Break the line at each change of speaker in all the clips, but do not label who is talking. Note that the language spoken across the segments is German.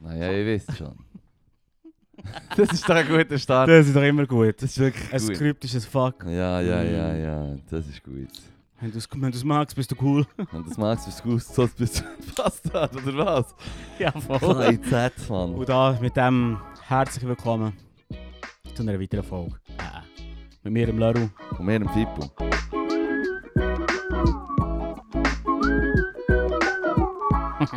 Nou, ja, ihr wisst schon. das ist doch ein guter Start.
Das ist doch immer gut.
Das ist wirklich
Ein
gut.
Skript ist ein Fuck.
Ja, ja, ja, ja, das ist gut.
Wenn du es wenn du's magst, bist du cool.
Und das magst du, bist du sonst bist du ein Bastard, oder was?
ja,
Kein Z, Mann.
Und da mit dem herzlich willkommen zu einer weiteren Folge. Äh, mit mir, dem Leru.
Und mir im Fippo.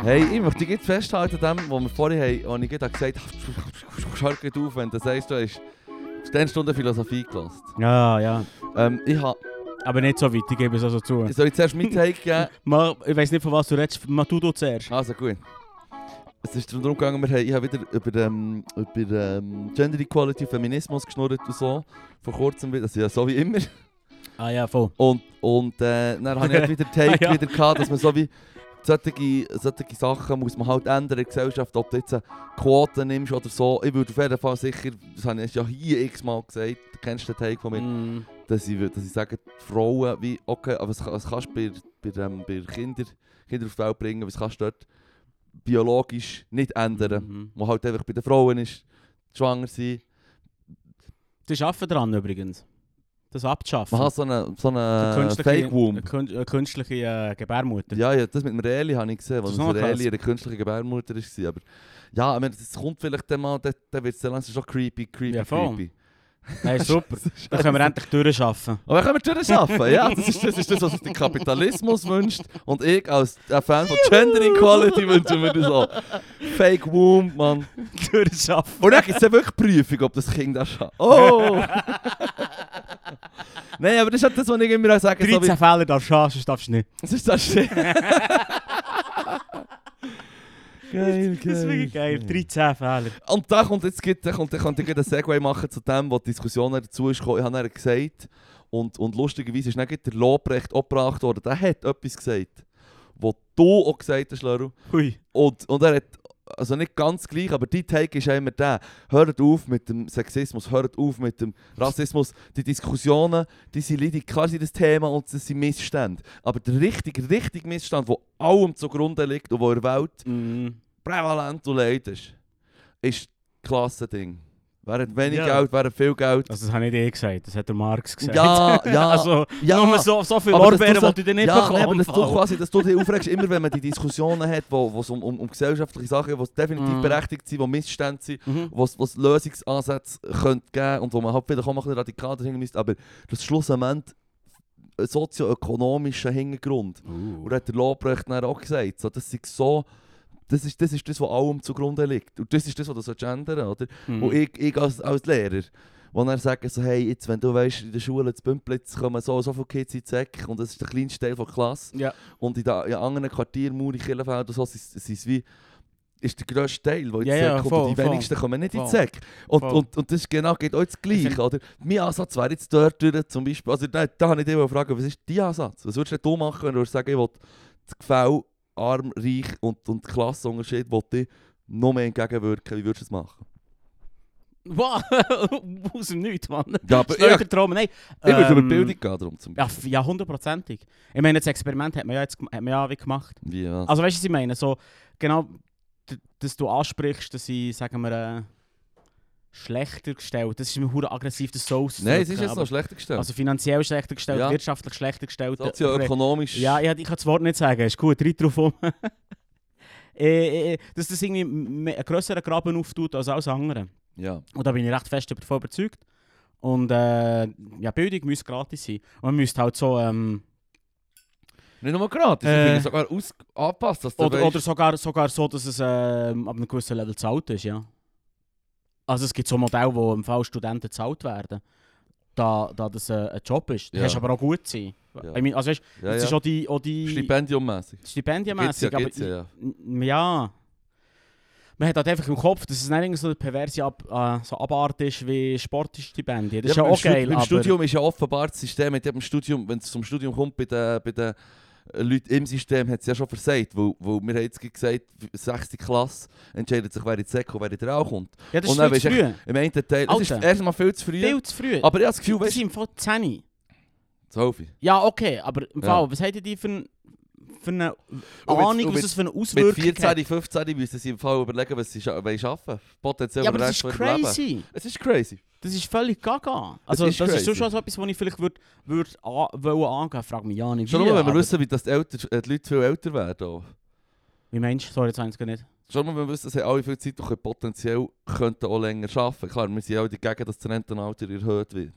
Hey, ich möchte dich jetzt festhalten, an dem, was wir vorhin haben, wo ich gerade gesagt habe, schalt auf, wenn du sagst, du hast 10 Stunden Philosophie gelassen.
Ja, ja.
Ähm, ich habe,
Aber nicht so weit, ich gebe es also zu.
soll ich zuerst meinen Take geben?
Ma, ich weiß nicht, von was du redest. Mach du du zuerst.
Also gut. Es ist darum gegangen, wir haben, ich habe wieder über, ähm, über ähm, Gender Equality, Feminismus geschnurrt und so. Vor kurzem wieder, also ja, so wie immer.
Ah ja, voll.
Und, und äh, dann habe ich halt wieder den Take
Ah, ja.
wieder gehabt, dass man so wie solche, solche Sachen muss man halt ändern in der Gesellschaft, ob du jetzt eine Quote nimmst oder so. Ich würde auf jeden Fall sicher, das habe ich ja hier x-mal gesagt, du kennst den Take von mir,
Mm.
dass ich, würd- dass ich sage, die Frauen, wie, okay, aber was, was kannst du bei, bei, ähm, bei Kinder, Kinder auf die Welt bringen, was kannst du dort biologisch nicht ändern,
Mhm.
was halt einfach bei den Frauen ist, schwanger sein.
Die arbeiten dran übrigens. Das
Man
abzuschaffen.
hat so eine, so
Eine
eine
künstliche-
Fake-Womb.
Eine kün- eine künstliche äh, Gebärmutter.
Ja, ja, das mit dem Reli habe ich gesehen,
Das
weil
ist
das
noch
Reli
krass.
ihre künstliche Gebärmutter war. Aber ja, ich meine, das kommt vielleicht dann mal, dann, dann wird es dann langsam schon creepy, creepy,
Ja, voll.
creepy.
Nein, super. Dann können wir endlich durcharbeiten.
Aber können wir durchschaffen, ja, das ist, das ist das, was sich der Kapitalismus wünscht. Und ich als ein Fan von Gender Equality wünsche mir das auch. Fake Womb, Mann.
durcharbeiten.
Und dann gibt es ja wirklich Prüfung, ob das Kind das schafft. Oh! Nein, aber das ist halt das, was ich immer auch sage. so
13
wie-
Fehler darfst du haben, sonst darfst du nicht.
Das ist das Shit. geil,
Das ist wirklich geil. 13 Fehler.
Und da kommt jetzt geht, da kommt, da könnte ich gerade einen Segway machen zu dem, was die Diskussion dann dazu ist gekommen. Ich habe dann gesagt, und, und lustigerweise ist dann gerade der Lobrecht abgebracht worden. Der hat etwas gesagt, was du auch gesagt hast, Leru.
Hui.
Und, und er hat, also nicht ganz gleich, aber die Take ist auch immer der. Hört auf mit dem Sexismus, hört auf mit dem Rassismus. Die Diskussionen, die sind leidig, klar sind das Thema und das sind Missstände. Aber der richtige, richtige Missstand, der allem zugrunde liegt und wo in der Welt Mm. prävalent und leid ist, ist das Klassending. Wer hat wenig
Ja.
Geld, wer hat viel Geld.
Also das habe nicht ich gesagt, das hat der Marx gesagt.
Ja, ja,
also,
ja.
Nur so, so viel
Aber dass
Lorbeeren
du so-
wollte ich dir nicht
ja,
bekommen.
eben, dass du
Fall.
quasi, dass du dich aufregst, immer wenn man die Diskussionen hat, wo wo es um, um, um gesellschaftliche Sachen geht, die definitiv
Mhm.
berechtigt sind, die Missstände sind,
Mhm.
was, was Lösungsansätze könnte geben und wo man halt vielleicht auch mal ein bisschen radikal dahinter müsste, aber das schlussendlich ein sozioökonomischer Hintergrund. Und hat der Lobrecht dann auch gesagt, so, das, sei so, das, ist, das ist das, was allem zugrunde liegt. Und das ist das, was du sollst ändern oder?
Mhm.
Und ich, ich als, als Lehrer, wo dann sagen so, hey, jetzt, wenn du weißt, in der Schule zu Bümplitz kommen so, und so viele Kids in die Säcke und das ist der kleinste Teil der Klasse.
Ja.
Und in, den, in anderen Quartieren, Muri, Kirchenfeld und so, sind- sind es wie, ist der grösste Teil, der in die
Ja,
Säcke
ja,
kommt.
voll,
und die
voll.
wenigsten kommen nicht in die
Voll.
Säcke. Und,
Voll.
und, und das ist genau geht auch das
Ich
Gleiche.
find-
Oder? Mein Ansatz wäre jetzt dort durch, zum Beispiel, also nein, da habe ich dich fragen, was ist dein Ansatz? Was würdest du machen, wenn du würdest sagen, ich will das Gefälle, arm, reich und, und Klassenunterschied, will ich noch mehr entgegenwirken, wie würdest du das machen?
Wow, aus dem Nichts, Mann.
Ja, aber ich,
Schleuder Traum, nein.
ich würde über
Ähm,
die Bildung gehen, darum zum
Ja, f- ja, hundertprozentig. Ich meine, das Experiment hat man ja, jetzt, gem- hat man ja wie gemacht.
Wie, ja.
Also weißt du, was ich meine? So, genau, d- dass du ansprichst, dass ich, sagen wir, äh, schlechter gestellt. Das ist mir hure aggressiv, das so
Nein, es
auszudrücken,
ist jetzt
aber-
noch schlechter gestellt.
Also finanziell schlechter gestellt,
Ja.
wirtschaftlich schlechter gestellt. äh,
Sozioökonomisch.
Ja, ich, ich kann das Wort nicht sagen. Ist gut, reit drauf um. Äh, äh, Dass das irgendwie m- einen grösseren Graben auftut als alles andere.
ja.
Und da bin ich recht fest davon überzeugt. Und äh, ja, Bildung müsste gratis sein. Und man müsste halt so, ähm,
Nicht nur gratis,
Äh.
ich finde es sogar aus angepasst, dass du
oder,
weisst-
oder sogar, sogar so, dass es ähm, ab einem gewissen Level zahlt ist, ja. Also es gibt so Modelle, wo im Fall Studenten zahlt werden, da, da das äh, ein Job ist. Du
Ja.
kannst aber auch gut sein.
Ja.
Ich meine, also weißt,
ja,
jetzt ist
ja.
auch die, auch die
Stipendiummäßig. Gibt's ja,
Stipendienmässig,
gibt's ja, ja.
N- Ja. Man hat halt einfach im Kopf, dass es nicht irgend so eine perverse Ab äh, so Abart ist wie Sportstipendien. Das ist ja,
beim
auch
Stud-
geil,
Beim
aber...
Studium ist ja offenbar das System, mit dem Studium, wenn es zum Studium kommt, bei den, bei den äh, Leuten im System hat es ja schon versagt, weil, weil wir haben jetzt gesagt, 6. Klasse entscheidet sich, wer in die Sek und wer in die Rau kommt.
ja, das
Und
ist
dann
viel zu
weisst
früh.
Im einen Teil, das ist
Alter.
erstmal viel zu früh,
Viel zu früh.
aber ich habe das Gefühl,
das
weißt
sind im Fall 10.
du, 12.
Ja, okay, aber im
Ja.
Fall, was habt ihr die für ein... für eine
Und mit-
Ahnung,
und
was
mit-
es für eine
Mit
Auswirkung
14,
hat.
15 müssen sie im Fall überlegen, was sie scha- wollen schaffen Potenziell
Ja,
für
aber
den Rest
das ist
von ihrem Leben.
crazy.
Es ist crazy.
Das ist völlig gaga. Also das
ist
ist, das
crazy.
so schon so etwas, was ich vielleicht würd, würd an, wollen angehen Frag mich ja nicht
Schon
wie,
nur, wenn wir
aber-
wissen, wie das die, Eltern, äh, die Leute viel älter werden. Auch.
Wie meinst du? Sorry, jetzt habe ich es gar nicht.
Schon mal, wenn wir wissen, dass sie alle viel Zeit noch können, potenziell könnten auch länger arbeiten Klar, wir sind auch dagegen, dass das Rentenalter erhöht wird.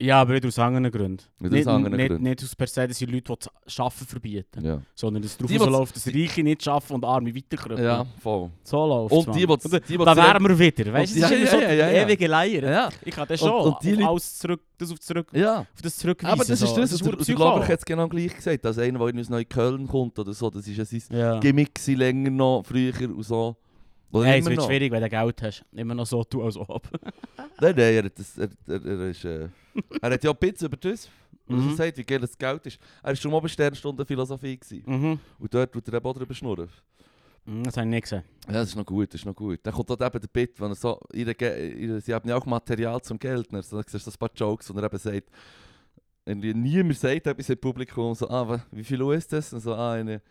Ja, aber nicht aus anderen Gründen.
Nicht aus
nicht,
anderen
nicht,
Gründen.
Nicht aus per se, dass die Leute die das Arbeiten verbieten.
Ja,
Sondern dass es
Die,
darauf
die-
so läuft, dass Reiche nicht arbeiten und Arme weiterkommen.
ja voll.
So läuft
Und die, die- die, die
Da wären wir wieder.
Und
Weißt du,
die-
das
ja,
ist immer so
ja, ja,
die
ja.
ewige Leier.
Ja,
Ich kann das
Und-
schon
und die Ah, Leute-
alles zurück, das auf, zurück,
ja.
auf das zurückweisen.
Aber das ist
so.
das,
pure
was der
Psycho.
Lobach hat es genau gleich gesagt. Dass einer, der in uns neu Köln kommt oder so, das ist ja sein
Ja.
Gimmick gewesen, länger noch, früher und so. Oder
Hey, es
immer
wird
noch.
schwierig, wenn du Geld hast. Immer noch so tun, als ob.
Nein, nein, er, hat das, er, er, er, ist, äh, er hat ja ein bisschen über das, was er
Mhm.
sagt, wie geil das Geld ist. Er war schon mal bei Sternstunde Philosophie. Gewesen.
Mhm.
Und dort tut er eben auch drüber schnurren.
Mhm, Das habe ich nicht gesehen.
Ja, das ist noch gut, das ist noch gut. Dann kommt dort eben der Bit, wenn er so, ihre, Ge- ihre, sie haben ja auch Material zum Geld, ne? so, dann siehst du so ein paar Jokes, und er eben sagt, irgendwie niemand sagt etwas im Publikum, so, ah, wa- wie viel Uhr ist das? Und so, ah, eine,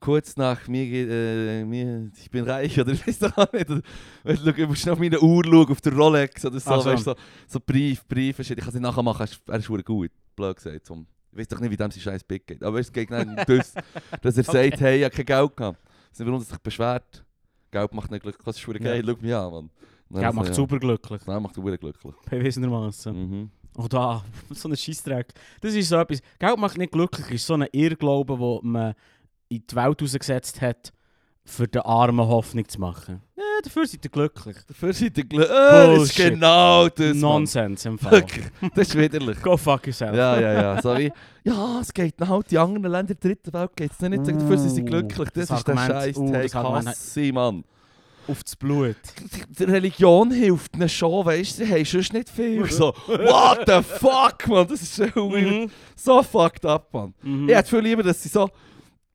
kurz nach, mir geht, äh, mir, ich bin reich, oder ich weiß doch auch nicht, oder, weißt du, schau, ich muss schnell auf meine Uhr schauen, auf der Rolex, oder so,
Ach Ah, so.
weißt du, so, so Brief, Brief, und shit. ich kann sie nachher machen, er ist- er ist verdammt gut, blöd gesagt, so. Ich weiß doch nicht, wie dem sein scheiß Bit geht, aber es geht nicht um das, dass er
Okay.
sagt, hey, ich habe kein Geld gehabt. Das ist nicht, warum er sich beschwert. Geld macht nicht glücklich. Das ist verdammt
Ja.
geil. Schau mich an, Mann. Nein,
Geld macht
ja.
super glücklich.
Nein, macht verdammt glücklich.
Bewiesenermaßen.
Mhm.
Oh da, so ein Scheissdreck. Das ist so etwas. Geld macht nicht glücklich, ist so ein Irrglaube, den man in die Welt rausgesetzt hat, für den Armen Hoffnung zu machen. Ja, dafür seid ihr glücklich.
Dafür seid ihr glücklich.
Eh,
Das ist
Bullshit.
genau das. Mann.
Nonsens im Fall.
Wirklich. Das ist widerlich.
Go fuck yourself.
ja, ja, ja. So wie, ja, es geht dann halt. Die anderen Länder der dritten Welt geht es nicht. Dafür sind sie
Uh,
glücklich. Das,
das
ist der
Argument.
scheiß
Uh,
Take.
das Argument hat-
Hasse ich, Mann.
Auf das Blut.
Die Religion hilft ihnen schon, weißt du? Sie haben sonst nicht viel. Ich so, what the fuck, Mann? Das ist so,
Mhm.
so fucked up, Mann.
Mhm.
Ich hätte viel lieber, dass sie so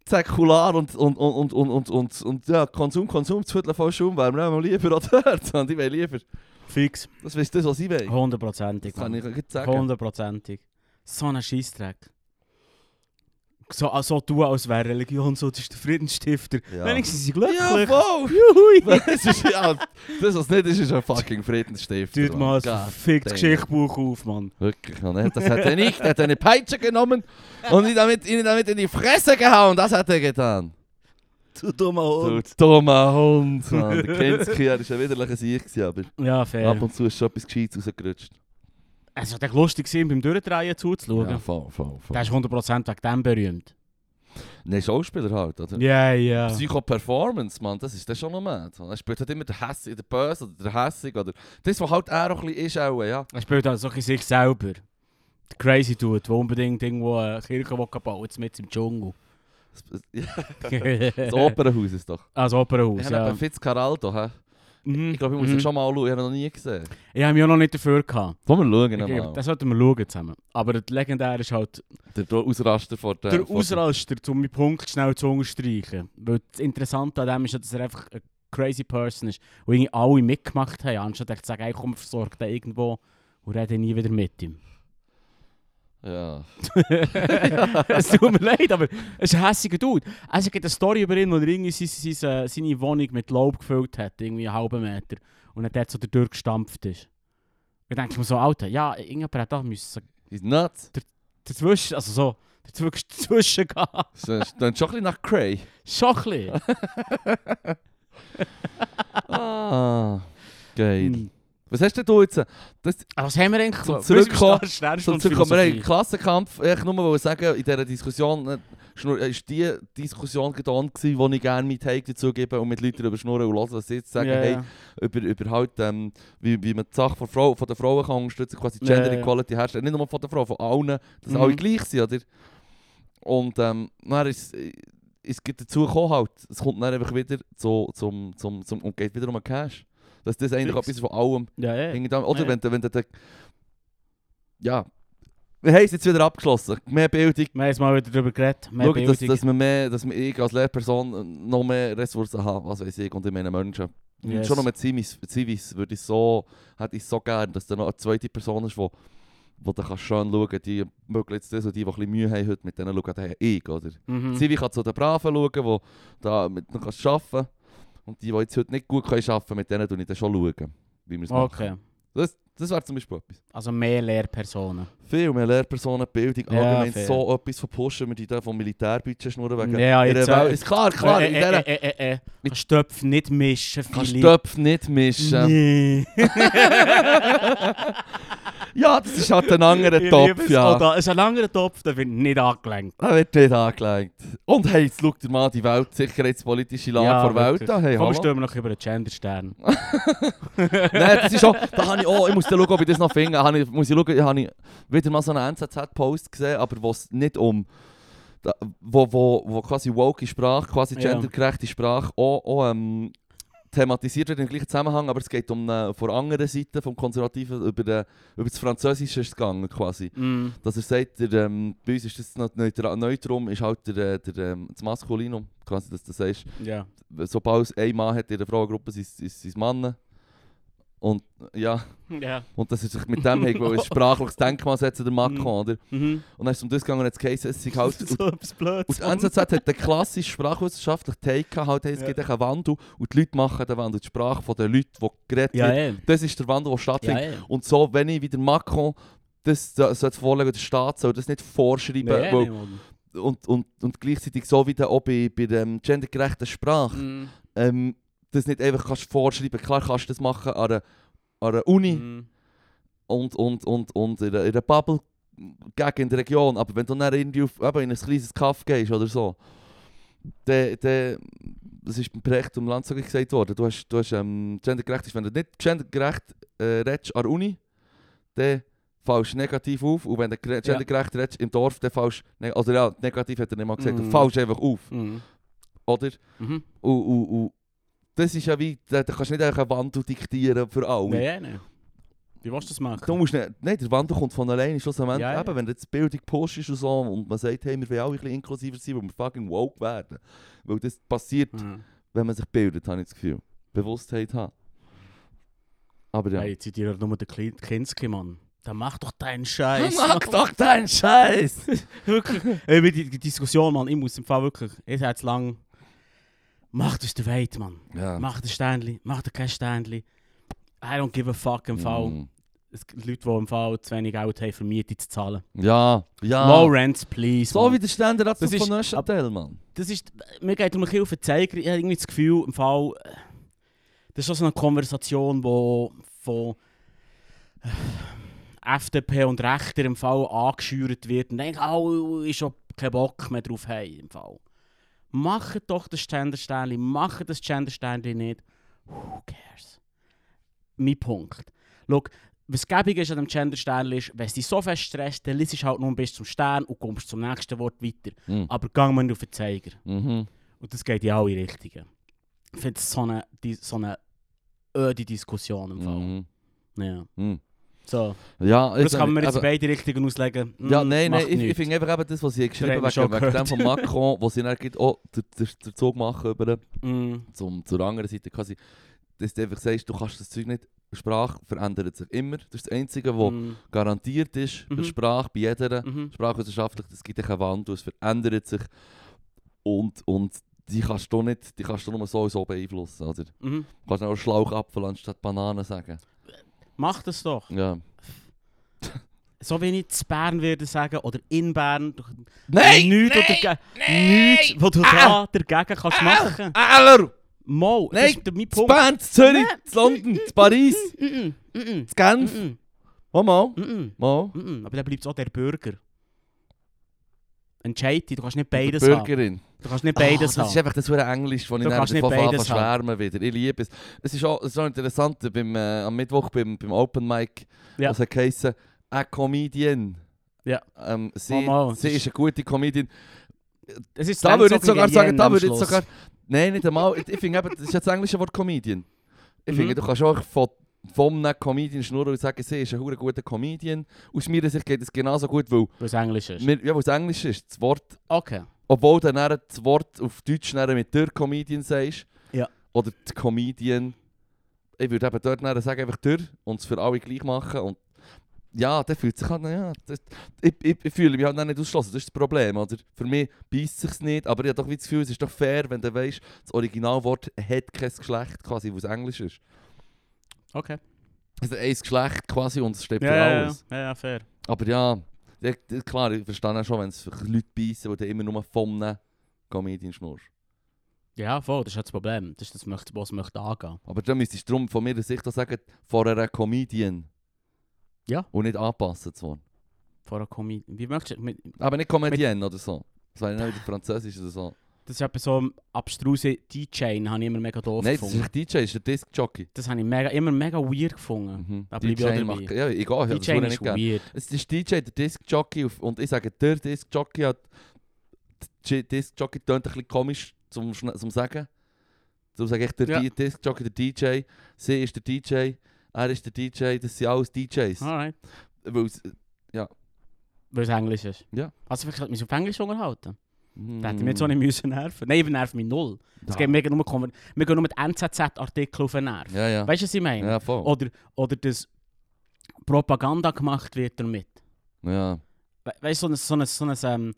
säkular und, und, und, und, und, und, und, und ja, Konsum, Konsum zu vierteln voll Schaum wäre mir auch lieber an dort. Und ich will lieber.
Fix.
Das ist das, was ich will. Das
Hundertprozentig.
kann
Mann.
ich nicht sagen.
Hundertprozentig. So ein Scheissdreck. So also tun, als wäre Religion so, das ist der Friedensstifter.
Ja.
Wenigstens sind sie
Ja,
glücklich.
voll!
Juhui.
das, ist, ja, das, was nicht ist, ist ein fucking Friedensstifter.
Tut mal
Mann.
ein
God
verficktes
damn.
Geschichtsbuch auf, Mann.
Wirklich, Mann. Das hat er nicht. Er hat eine Peitsche genommen und ihn damit, ihn damit in die Fresse gehauen. Das hat er getan.
Du dummer
Du dummer Hund. Mann. Der Kinski, er war ein widerlicher Sieg, gewesen, aber
Ja, fair.
ab und zu ist schon etwas Gescheites rausgerutscht.
es war echt lustig, gewesen, beim Durchdrehen zuzuschauen.
Ja, voll, voll, voll.
Der ist 100% wegen dem berühmt.
Nein, Schauspieler halt, oder?
Ja, ja.
Psycho-Performance, Mann, das ist das schon noch mad. Er spielt halt immer der Hässig, der Böse oder der Hässig oder das, was halt er auch ein bisschen ist, auch, ja.
Er spielt also so ein bisschen sich selber. Der Crazy Dude, der unbedingt irgendwo eine Kirche will bauen will, jetzt mit im Dschungel.
Das- ja, Das
das
Opernhaus ist doch.
Ah, das Opernhaus,
Ich habe
ja.
eben Fitzcarraldo, hä?
Mhm,
Ich glaube, ich muss
mhm.
ihn schon mal schauen, ich habe ihn noch nie gesehen.
Ich habe mich auch noch nicht dafür gehabt.
Wollen wir schauen
Ich-
nochmal.
Das sollten wir schauen zusammen. Aber das Legendär ist halt
Der Do- Ausraster vor der...
der
vor der-
Ausraster, um meinen Punkt schnell zu unterstreichen. Weil das Interessante an dem ist, ja, dass er einfach ein crazy Person ist. Und irgendwie alle mitgemacht haben, anstatt echt zu sagen, ey, komm, versorg den irgendwo und rede nie wieder mit ihm.
Ja.
es tut mir leid, aber es ist ein hässiger Dude. Also, es gibt eine Story über ihn, wo er irgendwie seine, seine, äh, seine Wohnung mit Laub gefüllt hat, irgendwie einen halben Meter, und dann dort so durchgestampft ist. Ich denke mir so, Alter, ja, irgendjemand hat da müssen
He's nuts.
dazwischen, also so, dazwischen, dazwischen gehen.
Das klingt schon ein bisschen nach Cray.
Schon ein bisschen.
Ah. Geil.
Hm.
Was hast denn du jetzt? Das,
Aber Ah, was haben wir eigentlich
Zum
gemacht? Wissen wir,
Zurückkommen-
was der Stern
So,
und
zurück- wir haben
Philosophie?
einen Klassenkampf. Ich nur mal sagen, in dieser Diskussion äh, schnur- äh, ist die Diskussion getan, gewesen, wo ich gerne meinen Take dazu gebe und mit Leuten darüber schnurren und hören, was sie jetzt sagen.
Ja,
Hey,
ja.
über, über halt, ähm, wie, wie man die Sache von, Frau, von der Frauen kann unterstützen quasi
Ja,
Gender
ja.
Equality herstellen. Nicht nur von der Frau, von allen, dass
Mhm.
alle gleich sind, oder? Und ähm, dann ist äh, es gibt dazu gekommen halt, es kommt dann einfach wieder zu, zum, zum, zum, und geht wieder um den Cash. Dass das eigentlich
Fix.
etwas von allem
Ja, ja.
Hinter dem- oder
Ja.
wenn du, wenn du, den- ja. Wir haben es jetzt wieder abgeschlossen. Mehr Bildung.
Wir haben jetzt mal wieder darüber geredet. Mehr
Schauen, dass,
Bildung.
dass, wir mehr, dass wir ich als Lehrperson noch mehr Ressourcen habe, was weiß ich, und in meinen Menschen. Und
Yes.
Schon noch mit Zivis, Zivis würde ich so, hätte ich so gern, dass da noch eine zweite Person ist, die wo du kannst schön schauen kannst, die möglichst das, und die, die ein bisschen Mühe haben heute, mit denen schauen hey, ich, oder?
Mhm.
Zivi kann zu den Braven schauen, die da mit denen kannst arbeiten kannst. Und die, die jetzt heute nicht gut können arbeiten können, mit denen schaue ich dann schon schauen, wie wir es machen.
Okay.
Das, das wäre zum Beispiel etwas.
Also mehr Lehrpersonen.
Viel mehr Lehrpersonenbildung,
Ja,
allgemein
fair.
so etwas von pushen, wir die da vom Militärbudget schnurren wegen
Ja,
ihrer
jetzt,
Welt.
äh,
Ist klar, klar,
äh,
in
äh,
dieser...
äh, äh, äh,
Mit-
Kannst Töpfe nicht mischen,
Kannst
Philipp.
Töpfe nicht mischen.
Nee.
Ja, das ist halt ein
Ich
anderer
liebe
Topf,
es.
ja.
Oh, da ist ein langer Topf, der wird nicht angelenkt.
Er wird nicht angelegt. Und hey, jetzt schaut ihr mal die Welt, sicherheitspolitische Lage
Ja,
vor der Welt
wirklich.
an. Hey,
Komm,
hallo.
stehen wir noch über den Genderstern.
Nein, das ist auch, da habe ich auch, ich muss dann schauen, ob ich das noch finde. Habe ich, muss ich schauen, habe ich wieder mal so einen NZZ-Post gesehen, aber wo es nicht um, da, wo, wo, wo quasi woke Sprache, quasi
Ja.
gendergerechte Sprache auch, auch ähm, thematisiert wird im gleichen Zusammenhang, aber es geht um eine, von der anderen Seite vom Konservativen über, den, über das Französische ist es gegangen quasi.
Mm.
Dass er sagt, der, ähm, bei uns ist das noch neutral, neutrum, ist halt der, äh, der, ähm, das Maskulinum, quasi, dass du das sagst
Ja.
sobald es ein Mann hat in der Frauengruppe, sind es- sind es sind es Männer. Und ja,
Ja.
und dass er sich mit dem hat, weil ein sprachliches Denkmal setzen, der
Mhm.
Macron, oder?
Mhm.
Und dann ist es um das gegangen und hat es geheißen, es sei halt... Und,
so etwas
und
Blödes.
die NZZ hat den klassischen sprachwissenschaftlichen Take gehabt, halt, hey, es
Ja.
gibt echt einen Wandel und die Leute machen den Wandel, die Sprache von den Leuten, die geredet
Ja,
wird.
ja.
Das ist der Wandel, der stattfindet.
Ja, ja.
Und so, wenn ich wieder Macron das so- sollte vorlegen, der Staat soll das nicht vorschreiben,
Ja, ja,
weil,
Mann.
und, und, und gleichzeitig so wie der, auch bei, bei der gendergerechten Sprache,
Mm.
ähm, das nicht einfach kannst vorschreiben Klar kannst du das machen an einer, an einer Uni
Mm.
und, und, und, und in einer, in einer Bubble gegen die Region, aber wenn du dann irgendwie auf, eben in ein kleines Kaff gehst oder so, dann, dann das ist beim Projekt um Land sogar gesagt worden, du hast, du hast ähm, gendergerecht, ist, wenn du nicht gendergerecht äh, redest an der Uni, dann fällst du negativ auf und wenn du gere-
Ja.
gendergerecht redest im Dorf, dann fällst du, ne- also ja, negativ hat er nicht mal gesagt,
Mhm.
du fällst einfach auf,
Mm.
oder?
Mhm.
Und, und, und das ist ja wie, da, da kannst du nicht einfach einen Wandel diktieren für alle.
Ja, ja, nee. Wie willst du das machen?
Du musst nicht, nein, der Wandel kommt von alleine, schlussendlich.
Ja, ja.
Eben, wenn jetzt die Bildung pusht ist und so und man sagt, hey, wir wollen alle ein bisschen inklusiver sein, weil wir fucking woke werden. Weil das passiert,
Mhm.
wenn man sich bildet, habe ich das Gefühl. Bewusstheit haben. Aber ja.
Hey, jetzt seid ihr doch nur der Kli- Kinski, Mann. Dann mach doch deinen Scheiß.
Mach doch deinen Scheiß!
wirklich. Ey, mit die, die Diskussion, Mann, ich muss im Fall wirklich. Ich sage es lang. Macht es der Weit, Mann.
Ja.
Macht ein Sternli, macht kein Sternli. I don't give a fuck im Fall.
Mm.
Es gibt Leute, die im Fall zu wenig Geld haben, für Miete zu zahlen.
Ja, ja.
Low rents, please.
so
Mann.
wie der Ständerat
Das
von
ist-
Neuchâtel, Mann.
das ist, mir geht um ein bisschen auf den Zeiger. Ich habe irgendwie das Gefühl, im Fall, äh, das ist auch so eine Konversation, wo von äh, FDP und Rechter im Fall angeschürt wird und denkt, oh, ich habe keinen Bock mehr drauf haben im Fall. Macht doch das Gendersternli, macht das Gendersternli nicht. Who cares? Mein Punkt. Schau, was gäbig ist an dem Gendersternli ist, wenn es dich so fest stresst, dann liest du halt nur bis zum Stern und kommst zum nächsten Wort weiter.
Mhm.
Aber gang mal auf den Zeiger.
Mhm.
Und das geht in alle Richtungen. Ich finde es so eine, die, so eine öde Diskussion im Fall.
Mhm.
Ja.
Mhm.
So.
Ja,
Das kann man jetzt
aber-
in beide Richtungen auslegen. Hm,
Ja, nein, nein,
macht
ich, ich
nichts.
finde einfach eben das, was sie geschrieben
haben
haben,
wir schon
wegen, wegen dem
gehört.
von Macron, wo sie dann gibt, oh, der, der, der Zug machen über
Hm,
zum, zur anderen Seite quasi, dass du einfach sagst, du kannst das Zeug nicht, Sprache verändert sich immer, das ist das Einzige, was
hm,
garantiert ist,
Mhm.
für Sprache, bei jeder
mhm.
sprachwissenschaftlich, es gibt einen Wandel, es verändert sich und, und die kannst du nicht, die kannst du nur so und so beeinflussen, oder? Du
Mhm.
kannst auch Schlauchapfel anstatt Banane sagen.
Mach das doch.
Ja.
So wie ich zu Bern würde sagen, oder in Bern. doch-
Nein!
nichts, nein, nichts, was du da dagegen kannst machen.
Aller!
Mal,
Nein,
das ist mein
Zu
Punkt.
Bern, zu Zürich, zu London, zu Paris,
Mm-mm, mm-mm,
zu Genf.
mm-mm,
Mal, mal.
mm-mm.
mal.
Mhm, aber dann bleibt es auch der Bürger. Entscheide, dich, du kannst nicht beides
Die
haben.
Bürgerin.
Du kannst nicht
Ah,
beides
das ist
haben.
einfach das verdammte Englisch, das ich
Du
dann
kannst nicht
davon anfange
beides
zu schwärmen wieder. Ich liebe es. Es ist auch, es ist auch interessant, beim, äh, am Mittwoch beim, beim Open Mic,
Ja.
was hat geheißen, eine Comedian.
Ja.
Ähm, sie,
Mal, mal.
sie ist eine gute Comedian.
Es ist
Da würde ich sogar sagen, da würde ich
jetzt
sogar... Nein, nicht einmal. Ich finde eben, das ist ja das englische Wort Comedian. Ich
Mhm.
finde, du kannst auch von, von einem Comedian schnurren und sagen, sie ist ein verdammt guter Comedian. Aus meiner Sicht geht es genauso gut, weil,
Was Englisch ist.
wir, ja, weil es Englisch ist. Das Wort
Okay.
Obwohl du dann das Wort auf Deutsch dann mit der Comedian sagst.
Ja.
Oder die Comedian. Ich würde eben dort dann sagen, einfach der und es für alle gleich machen. Und ja, der fühlt sich halt, ja, das, ich, ich, ich fühle mich halt dann nicht ausgeschlossen, das ist das Problem, oder? Für mich beißt es sich nicht, aber ich habe doch wie das Gefühl, es ist doch fair, wenn du weißt, das Originalwort hat kein Geschlecht quasi, weil es Englisch ist.
Okay.
Also ein Geschlecht quasi und es steht
Ja,
für
ja, ja,
alles.
ja, ja, fair.
Aber ja, ja, ja, klar, ich verstehe auch schon, wenn es Leute beißen, die dann immer nur vom ne Comedian schnurst.
Ja, voll, das ist ja das Problem. Das ist das, möchte- was ich möchte angehen.
Aber dann müsstest du drum von mir Sicht auch sagen, vor einer Comedian.
Ja.
Und nicht anpassen zu wollen.
Vor einer Comedy. Wie möchtest du. mit-
Aber nicht Comedienne oder so. Das wäre nicht wieder Französisch oder so.
Das ist etwa so ein abstruse D-Chain, habe ich immer mega doof
Nein, das ist
gefunden.
nicht DJ, das ist der Disc-Jockey.
Das habe ich mega, immer mega weird gefunden.
Mhm.
Da bleibe ich auch dabei.
macht- Ja, egal, ich
D-Chain
habe
ist
nicht gegeben.
weird.
Es ist DJ, der Disc-Jockey auf- und ich sage, der Disc-Jockey hat... Der Disc-Jockey tönt ein bisschen komisch zum, Schna- zum Sagen. Darum sage ich, der
Ja.
D- Disc-Jockey, der DJ. Sie ist der DJ, er ist der DJ, das sind alles DJs.
Alright.
Weil es-
Weil es Englisch ist.
Ja.
Also, vielleicht hätte ich mich auf Englisch unterhalten.
Mm.
Da hätte ich mich jetzt auch nicht müssen nerven. Nein, ich nerv mich null. Es
Ja.
geht mir nur, Kom- mir gehen nur die NZZ-Artikel auf den Nerv.
Ja, ja.
Weißt du, was ich meine?
Ja, voll.
Oder, oder dass Propaganda gemacht wird damit.
Ja.
We weißt du, so ein, so ein, so ein, ähm,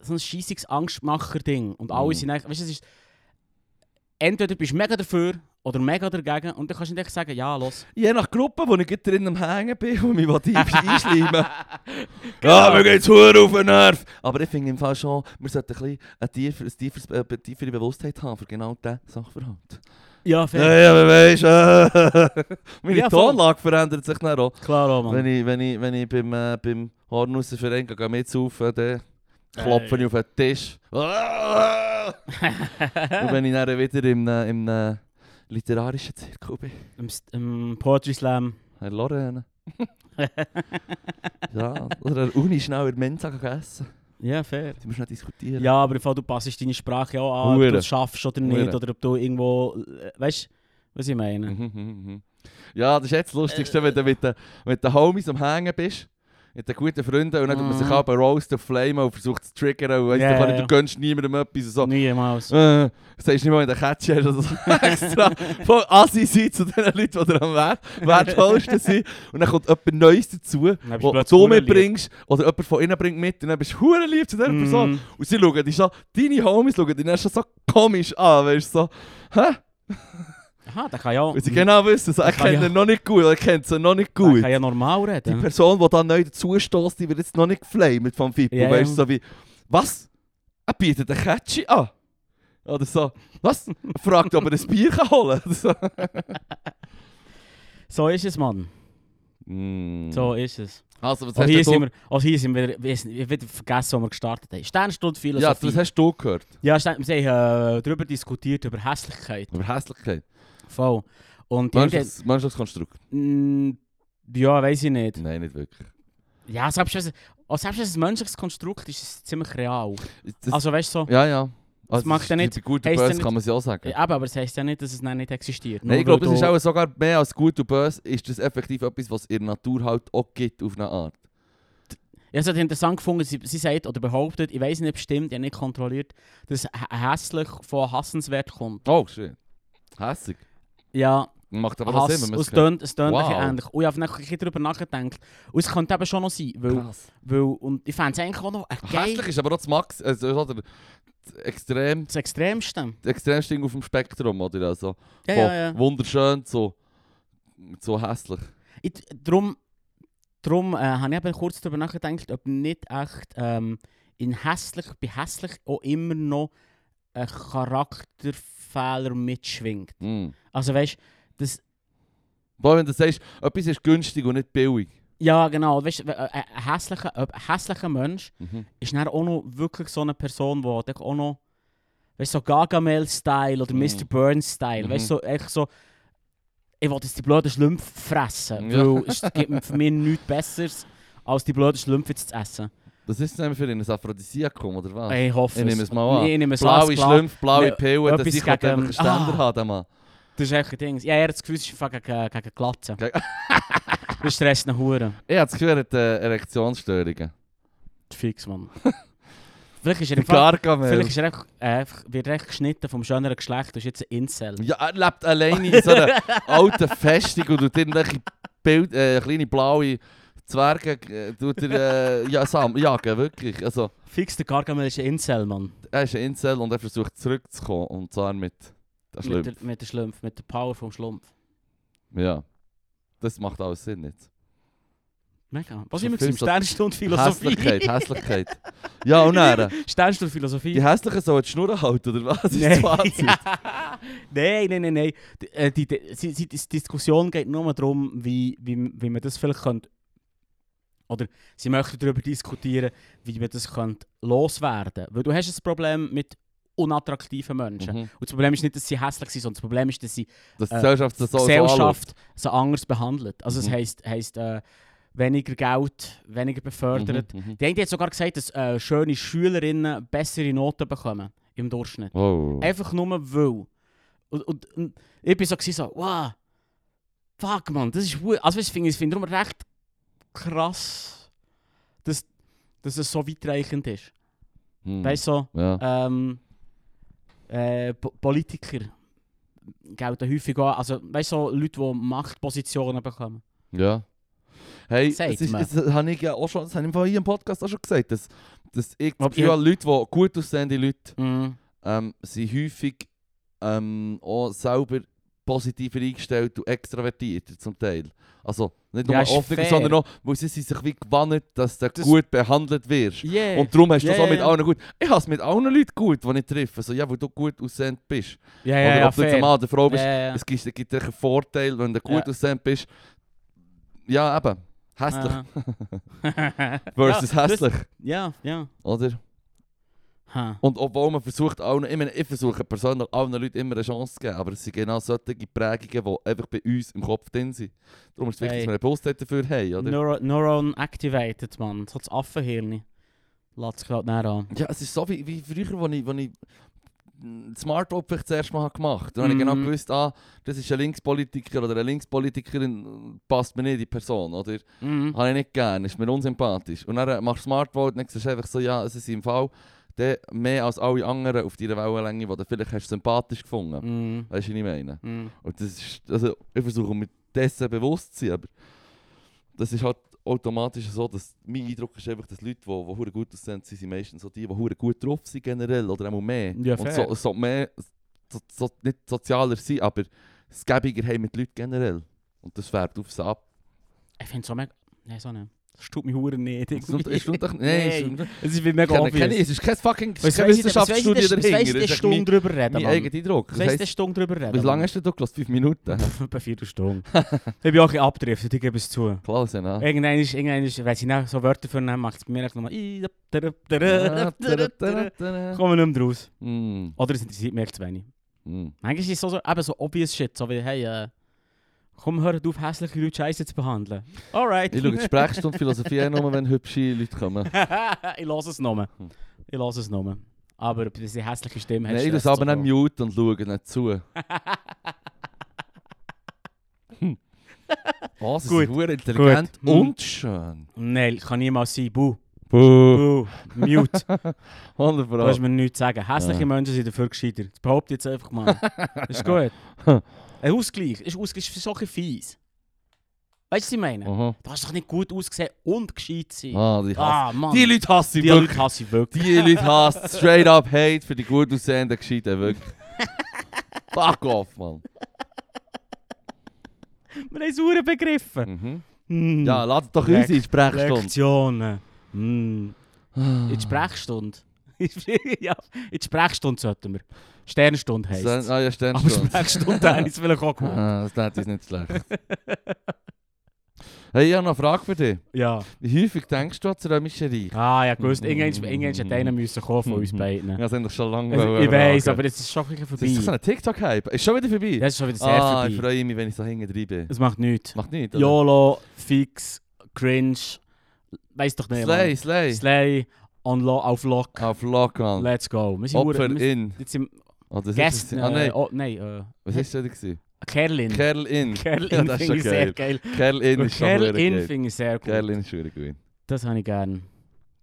so ein scheisses Angstmacher-Ding. Und
Mhm.
alle sind eigentlich, weißt du, es ist. Entweder bist du mega dafür oder mega dagegen und dann kannst du nicht echt sagen, ja, los.
Je nach Gruppe, wo ich gerade drin am Hängen bin und mich will ein- einschleimen
Genau.
Ja, mir geht's verdammt auf den Nerv. Aber ich finde im Fall schon, wir sollten ein bisschen eine tiefer, ein tieferes- äh, eine tiefere Bewusstheit haben für genau diesen Sachverhalt.
Ja,
Ja,
fair.
ja, aber weisst äh, meine
Ja, voll.
Tonlage verändert sich dann auch.
Klar, auch, Mann.
Wenn ich, wenn ich, wenn ich beim, äh, beim Hornhausenverein gehe, gehe mitsaufen, äh, dann klopfe ich auf den Tisch. und wenn ich dann wieder im, äh, im äh, literarischen Zirkel bin.
Im, St- im Poetry Slam.
Herr Lorraine. ja, oder an der Uni schnell in der Mensa gegessen.
Ja, fair.
Die musst du noch diskutieren.
Ja, aber im Fall, du passest deine Sprache auch an, ob du
Hure.
es schaffst oder nicht,
Hure.
oder ob du irgendwo. äh, Weißt du, was ich meine?
Mhm, mhm, mhm. ja, das ist jetzt das Lustigste,
Eh,
wenn du mit den, mit den Homies am Hängen bist. Mit den guten Freunden. Und dann tut man sich
Mhm.
ab Roast auf Flame und versucht zu triggern. Und weißt,
Ja,
du,
ja,
du
ja.
gönnst niemandem etwas. Und so.
Niemals.
Äh, sagst nicht mal, wenn du einen Catch hast oder so. extra voll assi sein zu den Leuten, die dir am Wert, wertvollsten sind. Und dann kommt jemand Neues dazu,
Dann bist du
was
plötzlich
du
hure
mitbringst oder jemand von innen bringt mit. Und dann bist du hure lieb zu dieser Person.
Mhm.
Und sie schauen dich schon, deine Homies schauen dich dann schon so komisch an, weißt du, so. Hä?
Aha, da kann ja auch.
Weil sie genau wissen, so, er
Oh, kann
kennt
ja-
ihn noch nicht gut, er kennt sie noch nicht
Da
gut.
kann ja normal
Die
reden.
Person, die da neu dazustößt, die wird jetzt noch nicht geflamed vom Fippo,
Ja, ja.
weißt du, so wie, was? Er bietet einen Catchy an. Oder so, was? Er fragt, ob er ein Bier kann holen kann. So.
So ist es, Mann.
Mhm.
So ist es.
Also, was
Auch
hast
Oh, hier,
du...
sind wir, auch hier sind wir, wir sind- ich hab wieder vergessen, wo wir gestartet haben. Sternstunde
ja,
Philosophie.
das hast du gehört.
Ja, Stern, wir haben äh, darüber diskutiert, über Hässlichkeit.
Über Hässlichkeit.
Voll. Und irgendwie,
Menschliches menschliches Konstrukt.
mh, ja, weiß ich nicht.
Nein, nicht wirklich.
Ja, selbst wenn es oh, selbst wenn es ein menschliches Konstrukt ist, ist es ziemlich real.
Das-
also weißt du so,
ja, ja. Also,
macht ja
bei
nicht-
Gut und
heisst ja
Böse
nicht-
kann man es ja auch sagen.
ja. aber es heisst ja nicht, dass es dann nicht existiert.
Nein,
Nur
ich glaube,
weil
das ist
du-
auch sogar mehr als gut und böse, ist das effektiv etwas, was es in der Natur halt auch gibt, auf eine Art.
Ich habe es interessant gefunden, sie, sie sagt oder behauptet, ich weiß nicht bestimmt, ich habe nicht kontrolliert, dass hä- hässlich von hassenswert kommt.
Oh, shit. Hässig.
Ja,
Macht aber auch
Hass,
Sinn, wenn
und
man es
es tönt, es tönt
Wow.
ein bisschen ähnlich. Und ich habe nachher ein bisschen darüber nachgedacht. Und es könnte eben schon noch sein,
kennt.
weil,
Krass.
weil und ich fände es eigentlich auch noch ein
Hässlich
geil,
ist aber auch das Max, also oder, das extrem,
das Extremste.
das extremste Ding auf dem Spektrum, oder? Also,
Ja,
von
ja, ja.
wunderschön zu, zu hässlich.
Ich, drum drum äh, habe ich eben kurz darüber nachgedacht, ob nicht echt ähm, in hässlich, bei hässlich auch immer noch ein Charakterfehler mitschwingt.
Mm.
Also weißt das
Vor allem, wenn du sagst, etwas ist günstig und nicht billig.
ja genau, weißt, äh, ein hässlicher, ein hässlicher Mensch
Mhm.
ist dann auch noch wirklich so eine Person, die dann auch noch, weißt du, so Gargamel-Style oder
Mhm.
Mr. Burns-Style,
Mhm.
weißt du, so, echt so, ich will jetzt die blöden Schlümpfe fressen,
Ja.
weil es gibt mir für mich nichts Besseres, als die blöden Schlümpfe jetzt zu essen.
Das ist nämlich für ihn ein Aphrodisiakum, oder was?
Ich hoffe
ich
es.
nehme es mal an.
Ich nehme es
blaue
als klar.
Schlümpfe, blaue
Ne,
Pillen, dass
etwas
ich halt
gegen-
einfach einen Ständer
Ah.
habe, der Mann.
Das ist echt ein Ding. Ja, er hat das Gefühl, es ist einfach gegen, gegen Glatzen.
Gegen-
das stresst ihn Huren.
Ich habe das Gefühl, er hat äh, Erektionsstörungen.
Fix, Mann. Vielleicht ist er im Fall,
Gargamel.
vielleicht ist er einfach, äh, einfach- wird er echt geschnitten vom schöneren Geschlecht, du bist jetzt ein Incel.
Ja, er lebt alleine in so einer alten Festung und tut irgendwelche Bild, äh, kleine blaue Zwerge äh, tut er äh, ja, Sam, jagen, wirklich. Also,
Fix, der Gargamel ist ein Incel, Mann.
er ist ein Insel und er versucht zurückzukommen. Und zwar mit der
Mit
Schlimm.
der, mit der Schlumpf, mit der Power vom Schlumpf.
Ja. Das macht alles Sinn jetzt.
Mega. Was
So
immer
viel
im
so-
Sternstunde Philosophie.
Hässlichkeit, Hässlichkeit. ja, und dann,
Sternstunde Philosophie.
die Hässlichen sollen die Schnur halten, oder was? Ist das Fazit? Mhm.
nein, nein, nein, nein. Die, äh, die, die, die, die Diskussion geht nur darum, wie, wie, wie man das vielleicht könnte. Oder sie möchten darüber diskutieren, wie man das könnte loswerden Weil du hast ein Problem mit unattraktiven Menschen.
Mhm.
Und das Problem ist nicht, dass sie hässlich sind, sondern das Problem ist, dass sie
Dass die
Äh,
Gesellschaft das so so anschaut.
Gesellschaft so anders behandelt. Also es
Mhm.
heisst, heisst äh, weniger Geld, weniger befördert.
Mhm, mhm.
Die eine hat sogar gesagt, dass äh, schöne Schülerinnen bessere Noten bekommen im Durchschnitt.
Wow.
Einfach nur weil. Und, und, und ich bin so, gewesen, so wow, fuck man, das ist wu- Also weißt, ich finde es find darum recht krass, dass, dass es so weitreichend ist.
Hm.
Weißt du, so,
ja.
ähm, äh, Po- Politiker gelten häufig auch, also weißt du, so Leute, die Machtpositionen bekommen.
Ja. Hey,
Sagt
das, ist,
man.
das habe ich ja auch schon, das habe ich vorhin hier im Podcast auch schon gesagt, dass, dass ich das
Ob
Gefühl
ihr-
habe, Leute, die gut aussehende Leute,
Mhm.
ähm, sind häufig ähm, auch selber positiver eingestellt und extravertierter zum Teil. Also nicht nur
Ja, ist
offener,
fair.
sondern auch, weil sie sind sich wie gewannet, dass du
Das-
gut behandelt wirst.
Yeah.
Und darum hast du
Ja,
das auch
ja,
mit
ja.
allen gut. Ich habe es mit allen Leuten gut, die ich treffe. Also, ja, weil du gut aussehend bist.
ja, ja,
Oder
ja,
ob du jetzt ein
fair.
Mann oder eine Frau bist,
ja, ja, ja.
es gibt, es gibt einen Vorteil, wenn du gut
Ja.
aussehend bist. Ja, eben. Hässlich.
Aha.
Versus
ja, das-
hässlich.
Ja, ja.
Oder?
Ha.
Und obwohl man versucht, allen, ich, meine, ich versuche persönlich allen Leuten immer eine Chance zu geben, aber es sind genau solche Prägungen, die einfach bei uns im Kopf drin sind. Darum ist es wichtig,
Hey.
dass wir eine Bewusstheit dafür haben, oder?
Neuro Neuron activated, man. So das Affenhirn. Lass es gerade näher an.
Ja, es ist so wie, wie früher, als ich, als ich mm, Smart Opfer das erste Mal habe gemacht habe. Dann habe ich genau
Mhm.
gewusst, ah, das ist ein Linkspolitiker oder eine Linkspolitikerin, passt mir nicht die Person, oder?
Mhm.
Habe ich nicht gern, ist mir unsympathisch. Und dann äh, machst du Smart Vote und dann siehst du einfach so, ja, es ist im Fall der mehr als alle anderen auf deiner Wellenlänge, die du vielleicht hast sympathisch gefunden hast.
Mhm.
Weißt du, was ich meine?
Mhm.
Und das ist, also ich versuche mir dessen bewusst zu sein, aber das ist halt automatisch so, dass mein Eindruck ist einfach, dass Leute, die, die hure gut aussehen, sind, sind meistens so die, die hure gut drauf sind generell oder auch mehr.
Ja,
und
fair.
so, so mehr, so, so, nicht sozialer sein, aber es gäbiger haben mit Leuten generell. Und das färbt auf sie ab.
Ich finde es so mega. Nein, so nicht. Das tut mich Huren nicht.
Es stimmt- es stimmt doch- Nein, es stimmt
Nein,
doch-
es ist wie
Ich
mega
kenne- kenne-
obvious.
Es ist kein fucking es ist
Was
keine Wissenschaftsstudie
Was weiss
dahinter.
die
Es ist mein,
Stunde drüber reden,
mein
Mann?
eigener Eindruck.
Was
Das
weiss die
heisst,
Stunde drüber reden,
wie lange hast du da gelassen? Fünf Minuten?
du? Bei vier Stunden. ich bin auch ein bisschen abgedriftet, ich gebe es zu.
Klar, ja.
Irgendwann ist, irgendwann ist, wenn sie nach so Wörter für macht es bei mir echt nochmal. Kommen wir nicht mehr raus.
Mm,
Oder es interessiert mich echt zu wenig.
mm.
Manchmal ist es so, so, eben so obvious shit, so wie, hey, äh, komm, hör auf, hässliche Leute scheiße zu behandeln. Alright.
Ich schaue die Sprechstunde Philosophie auch nur, wenn hübsche Leute kommen.
ich lasse es nochmal. Ich lasse es nochmal. Aber ob diese hässliche Stimme
Nein, ich lasse aber nicht mute und schaue nicht zu. Hm. Oh, sie
Gut,
sind sehr intelligent
gut. Hm.
und schön.
Nein, kann niemals sein. Buh.
Buh,
Buh. Mute. Du
wunderbar.
kannst mir nichts sagen. Hässliche
Ja.
Menschen sind dafür gescheiter. Das behaupte ich jetzt einfach mal. ist gut. Ein Ausgleich. Ist Ausgleich ist so ein bisschen fies. Weißt du, was ich meine?
Aha.
Du hast doch nicht gut ausgesehen und gescheit sein.
Ah, die, hasse.
Ah, Mann.
die Leute hasse ich
Die
wirklich.
Leute hasse ich wirklich.
Die Leute hassen straight up Hate für die gut aussehenden Gescheiten, wirklich. Fuck off, Mann.
Wir haben es verdammt begriffen.
Mhm.
Mm.
Ja, lass doch
Lekt-
uns in die Sprechstunde.
Lektionen. Mm.
Ah.
In die Sprechstunde. ja, in die Sprechstunde sollten wir. Sternstunde heisst
Sen-
es.
Ah ja, stimmt
Aber
schon.
Sprechstunde habe ich es vielleicht auch gemacht.
Ah, Das ist nicht schlecht. Hey, ich habe noch eine Frage für dich.
Ja.
Wie häufig denkst du an das Römische Reich?
Ah, ja, gewusst. Irgendwann irgendwann
Mhm.
hätte einer müssen kommen von uns beiden.
Ja, das haben doch schon lange
Also, ich
wollen
weiß,
fragen.
aber es ist schon ein bisschen
Das ist doch so
vorbei.
ein TikTok-Hype. Ist schon wieder vorbei?
Das ist schon wieder sehr
ah, ich
vorbei.
freue mich, wenn ich so hinten drin bin.
Es macht nichts.
Macht nichts, oder?
YOLO, Fix, Cringe, weiß doch nicht.
Slay,
Mann.
Slay. Ah,
Slay, on lo auf Lock.
Auf Lock on.
Let's go. Wir sind
Opfer
verdammt- wir-
in.
Jetzt sind
Oh, das ist-
Gäste.
Ah, nein.
äh, Oh, nein. äh,
Was ist das denn?
Kerlin.
Kerl in.
Kerlin
das ist
finde ich
schon
sehr geil.
Kerl in ist schon
Kerl
verdammt
in
geil.
finde ich sehr gut.
Kerl in ist schon gut.
Das habe ich gern.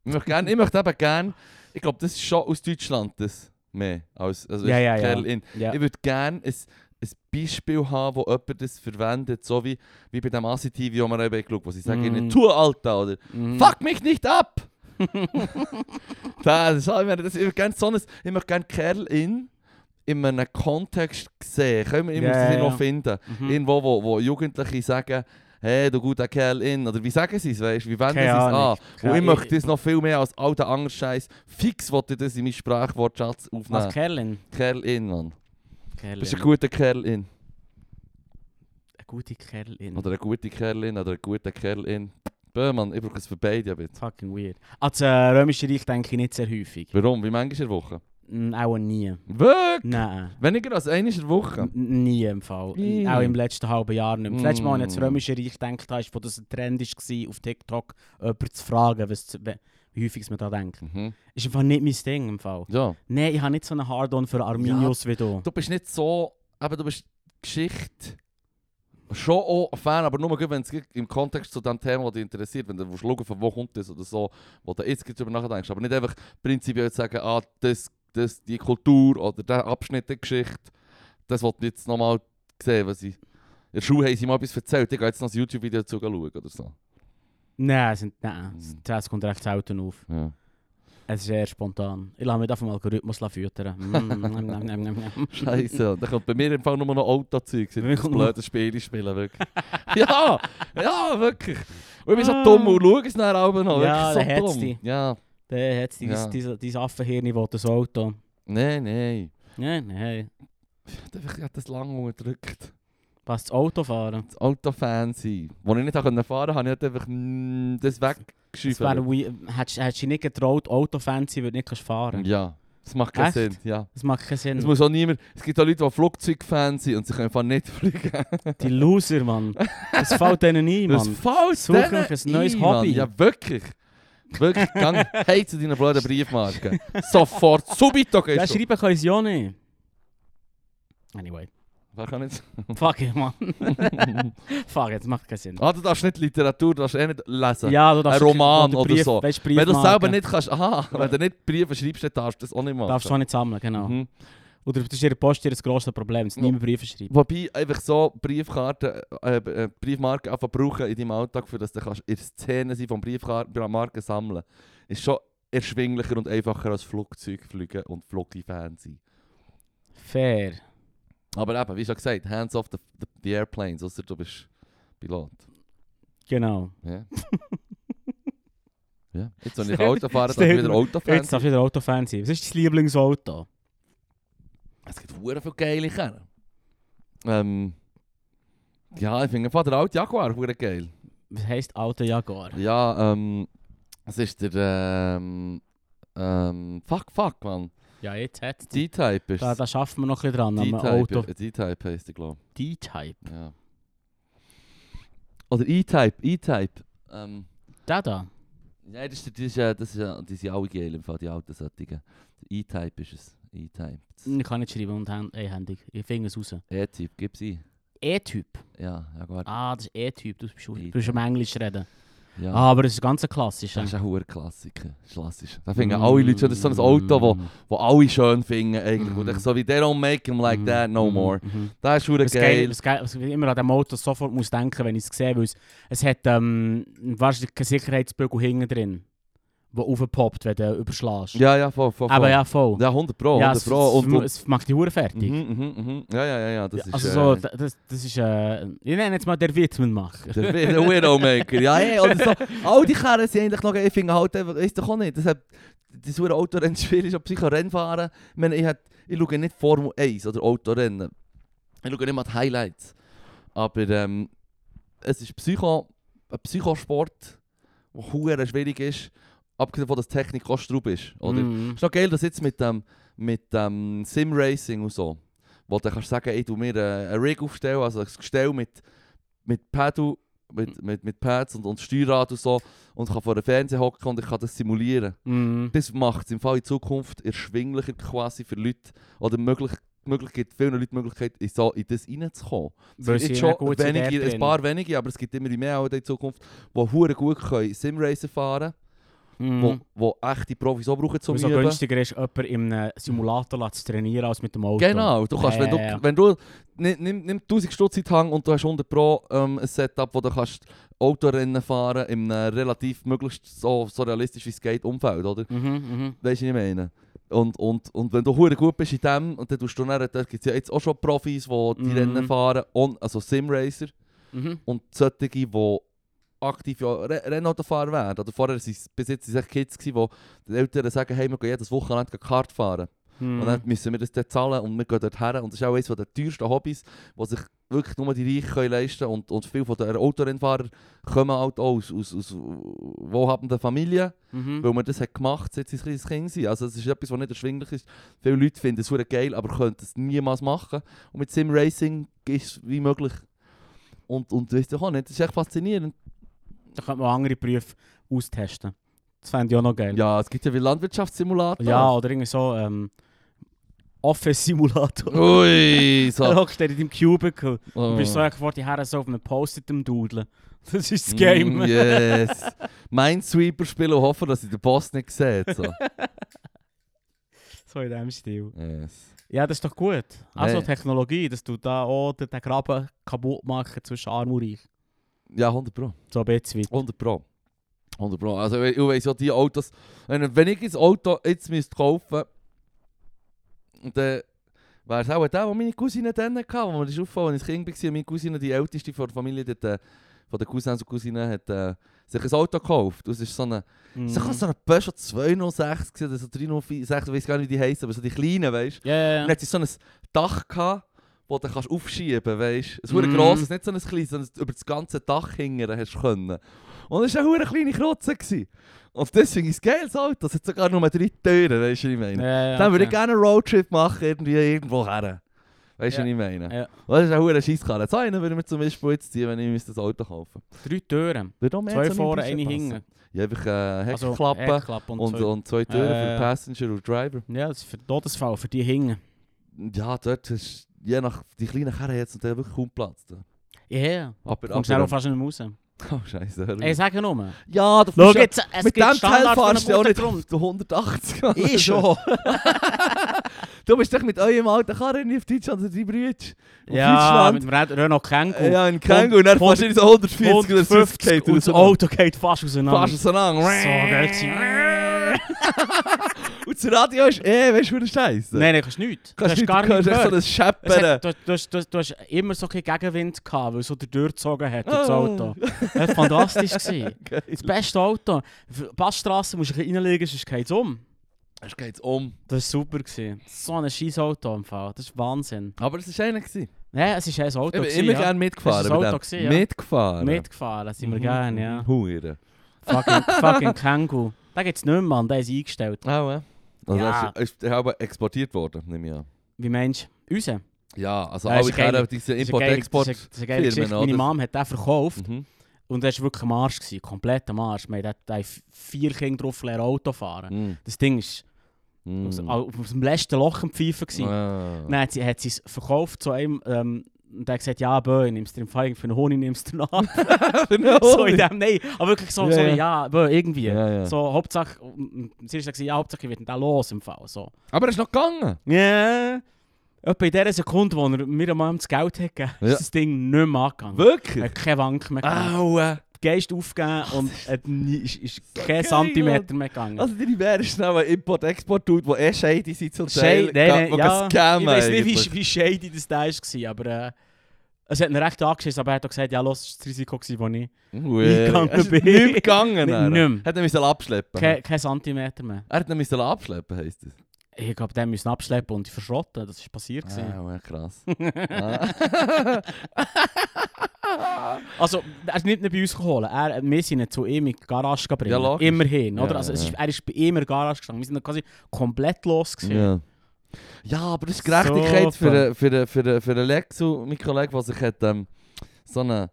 Ich möchte, gern, ich möchte eben gerne, ich glaube, das ist schon aus Deutschland das mehr. Als, also
Ja,
ist
ja, ja.
Kerl in.
Ja.
Ich würde gerne ein, ein Beispiel haben, wo jemand das verwendet, so wie, wie bei dem ACTV, wo wir eben geschaut haben, wo sie sagen,
Mhm.
ihnen, tu Alter, oder
Mhm.
«Fuck mich nicht ab!» das, ist auch- ich meine, das, ich möchte gerne so ein, ich möchte gerne Kerl in, in einem Kontext sehen. Können wir, ich muss
Ja,
das
ja,
irgendwo
ja.
finden.
Mhm.
Irgendwo, wo, wo Jugendliche sagen, «Hey, du guter Kerl in!» Oder wie sagen sie es, weißt du? Wie wenden sie es
Keine
an?
Ahnung.
Und ich
Keine-
möchte das noch viel mehr als all der andere Scheiß. Fix wollte ich das in meinen Sprachwortschatz
Was,
aufnehmen.
Kerlin?
Kerl in, Mann.
Kerlin.
Bist ein guter Kerl in.
Eine gute Kerlin.
Oder eine gute Kerlin oder ein guter Kerl in. Bö, Mann, ich brauche es für beide bitte.
Fucking weird. Als äh, Römische Reich denke ich nicht sehr häufig.
Warum? Wie manchmal in der Woche?
Mm, auch nie.
Wirklich?
Nein.
Weniger als einmal in der Woche.
N- Nie im Fall.
Ih.
Auch im letzten halben Jahr nicht. mehr. Das letzte Mal, als ich
Mm.
das Römische Reich gedacht habe, ist, wo das ein Trend war, auf TikTok jemanden zu fragen, was, zu- we- wie häufig man da denkt.
Mhm.
Ist einfach nicht mein Ding im Fall.
Ja.
Nein, ich habe nicht so einen Hard-On für Arminius wie du.
Du bist nicht so. Aber du bist Geschichte. Schon auch ein Fan, aber nur gut, wenn es im Kontext zu dem Thema, das dich interessiert, wenn du willst schauen von wo kommt das oder so, wo du jetzt drüber nachdenkst. Aber nicht einfach prinzipiell zu sagen, ah, das, das, die Kultur oder der Abschnitt der Geschichte, das wollte ich jetzt nochmal sehen, was ich. In der Schule haben sie mal etwas erzählt, ich gehe jetzt noch ein YouTube-Video zu schauen oder so.
Nein, es sind, nein.
Mm.
das kommt recht selten auf.
Ja.
Es ist sehr spontan. Ich lasse mich da vom Algorithmus füttern. Mm, nom, nom, nom, nom, nom.
Scheiße, da kommt bei mir im Fall nur noch Autozeug.
Bei mir
Das
kommt nur-
blöde Spiele spielen, wirklich. ja, ja, wirklich. Und ich bin so dumm und schaue es nachher auch noch.
Ah. Ja,
wirklich
dann
so
hat's
dumm.
dich.
Ja,
Dann hat es dein,
Ja.
dein, dein Affenhirn, das das Auto.
nein, nein.
Nein, nein.
Ich hab einfach- ich hab das lange unterdrückt.
Was das Auto fahren?
Das Autofan sein. Als ich nicht fahren konnte, habe ich halt einfach mm, das
Das wäre
weggeschrieben.
wie- Hättest hättest du dich nicht getraut, Autofans zu sein, weil du nicht kannst fahren kannst.
Ja, das macht keinen
Echt?
Sinn. Ja.
Das macht keinen Sinn.
Es, muss auch niemand, es gibt auch Leute, die Flugzeugfans sind und sie können einfach nicht fliegen.
Die Loser, Mann. Das fällt denen ein,
Das
Mann.
fällt
such euch
denen
ein neues
ein, Mann.
Hobby.
Ja, wirklich. Wirklich, gang hey zu deinen blöden Briefmarken. Sofort, subito
Ja,
gehst du.
schreiben können sie ja nicht. Anyway.
Wer kann jetzt-
Fuck it, Mann. Fuck, jetzt macht keinen Sinn.
Ah, du darfst nicht Literatur, du darfst eh nicht lesen.
Ja, du darfst...
Ein Roman
du
oder so.
Weißt,
wenn du es selber
Briefmarken
nicht kannst, aha, wenn du nicht Briefe schreibst, dann darfst du das auch nicht machen.
Darfst du auch nicht sammeln, genau.
Mhm.
Oder das ist ihre Post ihr grosses Problem, dass
Ja.
niemand Briefe schreibt.
Wobei einfach so Briefkarten, äh, äh, Briefmarken einfach brauchen in deinem Alltag, für dass du kannst in der Szene sein von Briefmarken sammeln ist schon erschwinglicher und einfacher als Flugzeug fliegen und Flugli-Fan sein.
Fair.
Aber eben, wie schon gesagt, hands off the, the, the airplanes, außer du bist Pilot.
Genau.
Ja. ja. Jetzt, wenn ich
Stell-
Auto fahre, darf
stell
ich wieder
dir-
Auto fahren.
Jetzt darfst du wieder Autofan sein. Was ist dein Lieblingsauto?
Es gibt hure viele geile Kerne. Ähm, ja, ich finde einfach der alte Jaguar hure geil.
Was heisst Auto Jaguar?
Ja, ähm, es ist der, ähm, ähm, fuck, fuck, man.
Ja, jetzt hat es.
D-Type ist
Da, da schaffen wir noch ein bisschen dran am Auto.
D-Type, D-Type heisst der, glaube
D-Type.
ich, ja. Oder E-Type, E-Type. Ähm,
Der da.
Nein, das ist, das ist, äh, das ist, äh, die sind alle geil im Fall, die alten Sättigen. E-Type ist es. E-Type.
Ich kann nicht schreiben und hand- einhändig. Ich finde es raus.
E-Type, gib's ein.
E-Typ.
Ja, ja gut.
Ah, das ist E-Typ. Du bist, du bist
E-Typ.
am Englisch reden.
Ja. Dus, eh,
Ah, aber das ist ganz ein klassischer.
Das ist ein hoher Klassiker. Das ist klassisch. Da finden alle Leute schon, das ist so ein Auto, wo,
Mm.
wo alle schön finden eigentlich.
Mhm.
Und ich so wie, they don't make them like
Mhm.
that no
Mhm.
more.
Mhm.
Das ist hure
Was geil,
geil.
was geil, was ich immer an dem Auto sofort muss denken, wenn ich es sehe, weil es, es hat ähm, wahrscheinlich keinen Sicherheitsbügel hinten drin, der aufpoppt, wenn du überschlägst.
Ja, ja, voll, voll, voll.
Aber Ah, ja, voll.
Ja, 100 Pro, 100
es,
Pro.
es,
Und, und,
es macht die Hure fertig.
mhm, mhm, mhm. Ja, ja, ja, ja, das ist...
also so,
äh,
da- das, das ist, äh, ich nenne jetzt mal der Wittmannmacher.
Der Wi- der Widowmaker, ja, ey, oder so. All Oh, die Kerren sind eigentlich noch, ich finde halt einfach, ist doch auch nicht. Das hat, das hure Autorennspiel ist, ob sie Rennfahren kann. Ich meine, ich, hat, ich schaue nicht Formel 1 oder Autorennen. Ich schaue nicht mal die Highlights. Aber ähm, es ist Psycho, ein Psychosport, der hure schwierig ist, abgesehen davon, dass die Technik auch straub ist. Oder?
Mhm.
Ist noch geil, dass jetzt mit dem, mit dem Sim-Racing und so, wo du kannst sagen, ich tu mir äh, einen Rig aufstellen, also ein Gestell mit, mit Pedal, mit, mit, mit Pads und, und Steuerrad und so, und kann vor dem Fernseher hocken und ich kann das simulieren.
Mhm.
Das macht es im Fall in Zukunft erschwinglicher quasi für Leute, oder möglich, möglich gibt vielen Leuten die Möglichkeit, in, so, in das reinzukommen. Es
Weil
gibt
sie
jetzt
eine gute Idee
wenige, ein
drin.
paar wenige, aber es gibt immer mehr Leute in Zukunft, die hure gut können Simracen fahren
Mhm.
wo, wo echte Profis auch brauchen zum
Weil so
Üben.
günstiger ist, jemanden im äh, Simulator lassen zu trainieren als mit dem Auto.
Genau, du kannst,
Ja,
wenn du,
ja, ja.
wenn du ni- nimm, nimm 1000 Stutz in die Hand und du hast 100 Pro ähm, ein Setup, wo du kannst Autorennen fahren in einem relativ möglichst so, so realistisch wie es geht Umfeld, oder?
Mhm, mhm.
Weißt du, was ich meine? Und, und, und wenn du hure gut bist in dem, und dann tust du dann, da gibt es ja jetzt auch schon Profis, die die
Mhm.
Rennen fahren, on, also Simracer
Mhm.
und solche, die aktiv ja, Re Rennautofahren werden. Oder vorher sind bis jetzt sind es echt Kids, gewesen, die den Eltern sagen, hey, wir gehen jedes Wochenende Kart fahren.
Mhm.
Und dann müssen wir das dann zahlen und wir gehen dort her. Und das ist auch eines der teuersten Hobbys, die sich wirklich nur die Reichen können leisten können. Und, und viele von den Autorennfahrern kommen halt auch aus, aus, aus wohlhabenden Familien,
Mhm.
weil man das hat gemacht seit sie ein kleines Kind sind. Also es ist etwas, was nicht erschwinglich ist. Viele Leute finden es verdammt geil, aber könnten es niemals machen. Und mit Simracing ist es wie möglich. Und, und weißt du auch nicht, das ist echt faszinierend.
Da könnte man andere Berufe austesten. Das fände ich auch noch geil.
Ja, es gibt ja wie Landwirtschaftssimulator.
Ja, oder irgendwie so ähm, Office-Simulator.
Ui,
Da
so.
hockst du in deinem Cubicle
Oh.
und bist so einfach vor die Herren so auf einem Post-it am Dudeln. Das ist das Game.
Mm, yes. Minesweeper spielen und hoffen, dass ich den Boss nicht sieht. So.
So in dem Stil.
Yes.
Ja, das ist doch gut. Also
Nee.
Technologie, dass du da auch den den Graben kaputt machen zwischen Arm und Reich.
Ja, 100 Pro.
So ein bisschen weit.
100 Pro. 100 Pro. Also, ich weiss ja, die Autos. eh, Wenn, wenn ich ein Auto jetzt müsste kaufen dann wäre es auch der, den meine Cousine dann hatte. Wo mir das aufgefallen als ich ein Kind war. Meine Cousine, die älteste von der Familie, die, hat, äh, von den Cousins und Cousinen, hat äh, sich ein Auto Dus gekauft. Das ist so eine.
Mhm.
So so ein Peugeot 206 gewesen, oder so 306, ich weiß gar nicht, wie die heißen, aber so die kleinen, weißt
Mm. Ja, ja,
Und
ja.
dann hat sie so ein Dach gehabt, wo du kannst aufschieben kannst, weißt du? Ein
Mhm.
mm. grosses, nicht so ein kleines, sondern über das ganze Dach hingern hast du können. Und das war eine hure kleine Krotze. Gewesen. Und deswegen ist es geil, so Auto. Es hat sogar nur drei Türen, weißt du, was ich meine?
ja, ja
Dann würde ich
okay.
gerne einen Roadtrip machen, irgendwie irgendwo her. Weißt du,
Ja.
was ich meine?
Ja.
Und das ist eine hure Scheisskarre. So einen würde ich mir zum Beispiel jetzt ziehen, wenn ich müsste das Auto kaufen
Drei Türen.
müsste. Würde auch mehr zu
Zwei
meinem
vorne,
Budget
eine
passen.
hinten.
Ja, einfach äh,
Also
Heckklappe
Heckklappe und,
und,
zwei.
und zwei Türen
Ja, ja,
für
ja.
Passenger und Driver.
Ja, das ist für den Todesfall, für die hinten.
Ja, dort ist je nach dus die kleinen Kerren jetzt und der wirklich kaum Platz. Da.
Ja, yeah.
Aber,
kommst schnell fast nicht mehr raus.
Oh, scheiße. hör
Ey,
auf.
sag ja nur.
Ja, du
Schau
fährst ja-
jetzt, es
mit
gibt
dem Teil
Standard von
fahrst du ja auch
einem
nicht
guten Grund.
auf die 180. oder so.
Ich schon.
Du bist doch mit eurem alten Karren nicht auf Deutschland oder die Brüder. Auf
Ja,
Deutschland.
mit dem Red- Renault Kangoo.
Äh, ja, in Känguru. Und dann fährst du in so 140 oder 50
und
oder
das
so.
Auto geht fast auseinander.
Fährst du so lang.
So geil gewesen.
Und das Radio ist eh, weißt du, wie der Scheiße.
Nein, nein, kannst du nicht.
Kannst
du
du
hast gar
nicht,
nicht
du hörst echt so
gehört.
das
Es
Scheppern.
hat- Du, du, du, du hast immer so ein Gegenwind gehabt, weil es so durchgezogen hat, das
Ah.
Auto. Das war fantastisch. gewesen.
Geil.
Das beste Auto. Für Passstrasse musst du ein bisschen reinlegen, sonst geht's um.
Es geht um.
Das war super. Gewesen. So ein scheiß Auto im Fall. Das ist Wahnsinn.
Aber es war einer. gewesen.
Nein, es war ein Auto.
Ich bin
gewesen,
immer
ja.
gerne mitgefahren.
Das war das
bei
Auto
dem.
gewesen, ja.
Mitgefahren.
Mitgefahren sind wir
Mhm,
gerne, ja.
mhm. Hure.
fucking, fucking Känguru. Den gibt's nicht mehr, Mann. Der ist eingestellt.
Auch, ja. Also
Ja.
das ist, ist aber exportiert worden, nehme ich an.
Wie meinst du? Unseren?
Ja, also alle
Ja, ist eine geile-
kennen diese
Das ist eine geile- Das
Import-Export.
ist eine- das ist eine geile
Firmen,
Geschichte. Meine
oder?
Mom hat den verkauft.
Mhm.
Und das war wirklich ein Arsch. Gewesen, komplett am Arsch. Wir hatten da vier Kinder drauf lernen Auto fahren.
Mhm.
Das Ding ist
Mhm.
aus, au- aus dem letzten Loch am Pfeifen. Gewesen.
Ah.
Dann hat sie, hat sie es verkauft zu einem. Ähm, und der hat gesagt, ja, bö, ich nimm's dir im Fall, für einen Honig nimmst du ihn ab. so in dem, nein. Aber wirklich so,
Ja,
so
ja.
ja, bö, irgendwie.
Ja, ja.
So, Hauptsache, und- und sie hat gesagt, ja, Hauptsache, ich werde den los im Fall. So.
Aber er ist noch gegangen.
Ja. Etwa in dieser Sekunde, wo er mir einmal das Geld hat gegeben hat,
Ja.
ist das Ding nicht mehr angegangen. Er
Wirklich? Ah.
hat keine Wank mehr gehabt.
Aua.
Geist aufgegeben und hat nie, ist, ist kein
geil,
Zentimeter mehr gegangen.
Also deine Bär ist schnell ein Import-Export-Dude, der eh shady sind zum
Shade, nein,
wo kein
nein, ja,
Scam
ich weiß nicht,
eigentlich.
wie, wie shady das da war, aber äh, es hat ihn recht angeschissen, aber er hat auch gesagt, ja, los, das war das Risiko, das ich nicht.
Ui.
eingegangen
Er ist nicht
bin.
mehr gegangen.
Nicht-
dann.
nicht mehr.
Hat er müssen abschleppen.
Kein, kein Zentimeter mehr.
Er hat ihn müssen abschleppen, heisst es.
Ich glaube, den müssen abschleppen und die verschrotten, das ist passiert. gewesen.
Aua, krass. Ah.
Also, er ist nicht bei uns geholt. Er, wir sind ihn zu ihm in die Garage gebracht.
Ja, logisch.
Immerhin,
Ja,
oder? Also, es
ja.
ist, er ist bei ihm in die Garage gestanden. Wir sind quasi komplett los. Gewesen.
Ja. ja, aber das ist Gerechtigkeit
Super.
für, für, für, für, für den Lexu, mein Kollege, der sich hat, ähm, so eine,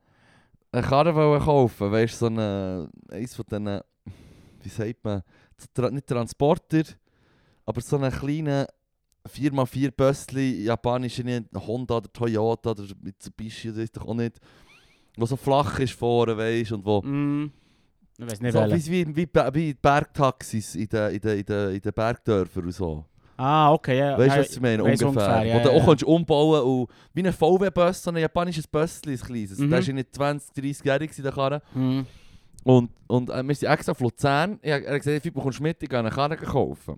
eine Karre wollte kaufen weißt du, so eine, eins von diesen, eh, wie sagt man, so tra nicht Transporter, aber so einen kleinen 4x4 Bössli, japanisch, irgendwie ein Honda oder Toyota dus oder Mitsubishi, das ist doch auch nicht, wo so flach ist vorne, weißt du, und wo
Mm, Ich weiß nicht,
so,
welche.
wie, wie, wie, Ba- wie die Bergtaxis in den, in den, in den, in den Bergdörfern und so.
Ah, okay, ja.
Weißt du,
ja,
was ich meine?
weiss
Ungefähr.
ungefähr, ja,
Wo du
ja,
auch
ja.
kannst umbauen und wie ein VW-Bus, so ein japanisches Bösschen, ein kleines.
Mhm.
Der war nicht 20, 30 Jahre alt, der Karre.
Hm.
Und, und äh, wir sind extra auf Luzern. Ich, hab- er hat gesagt, Fibu, kommst du mit, ich gehe eine Karre kaufen.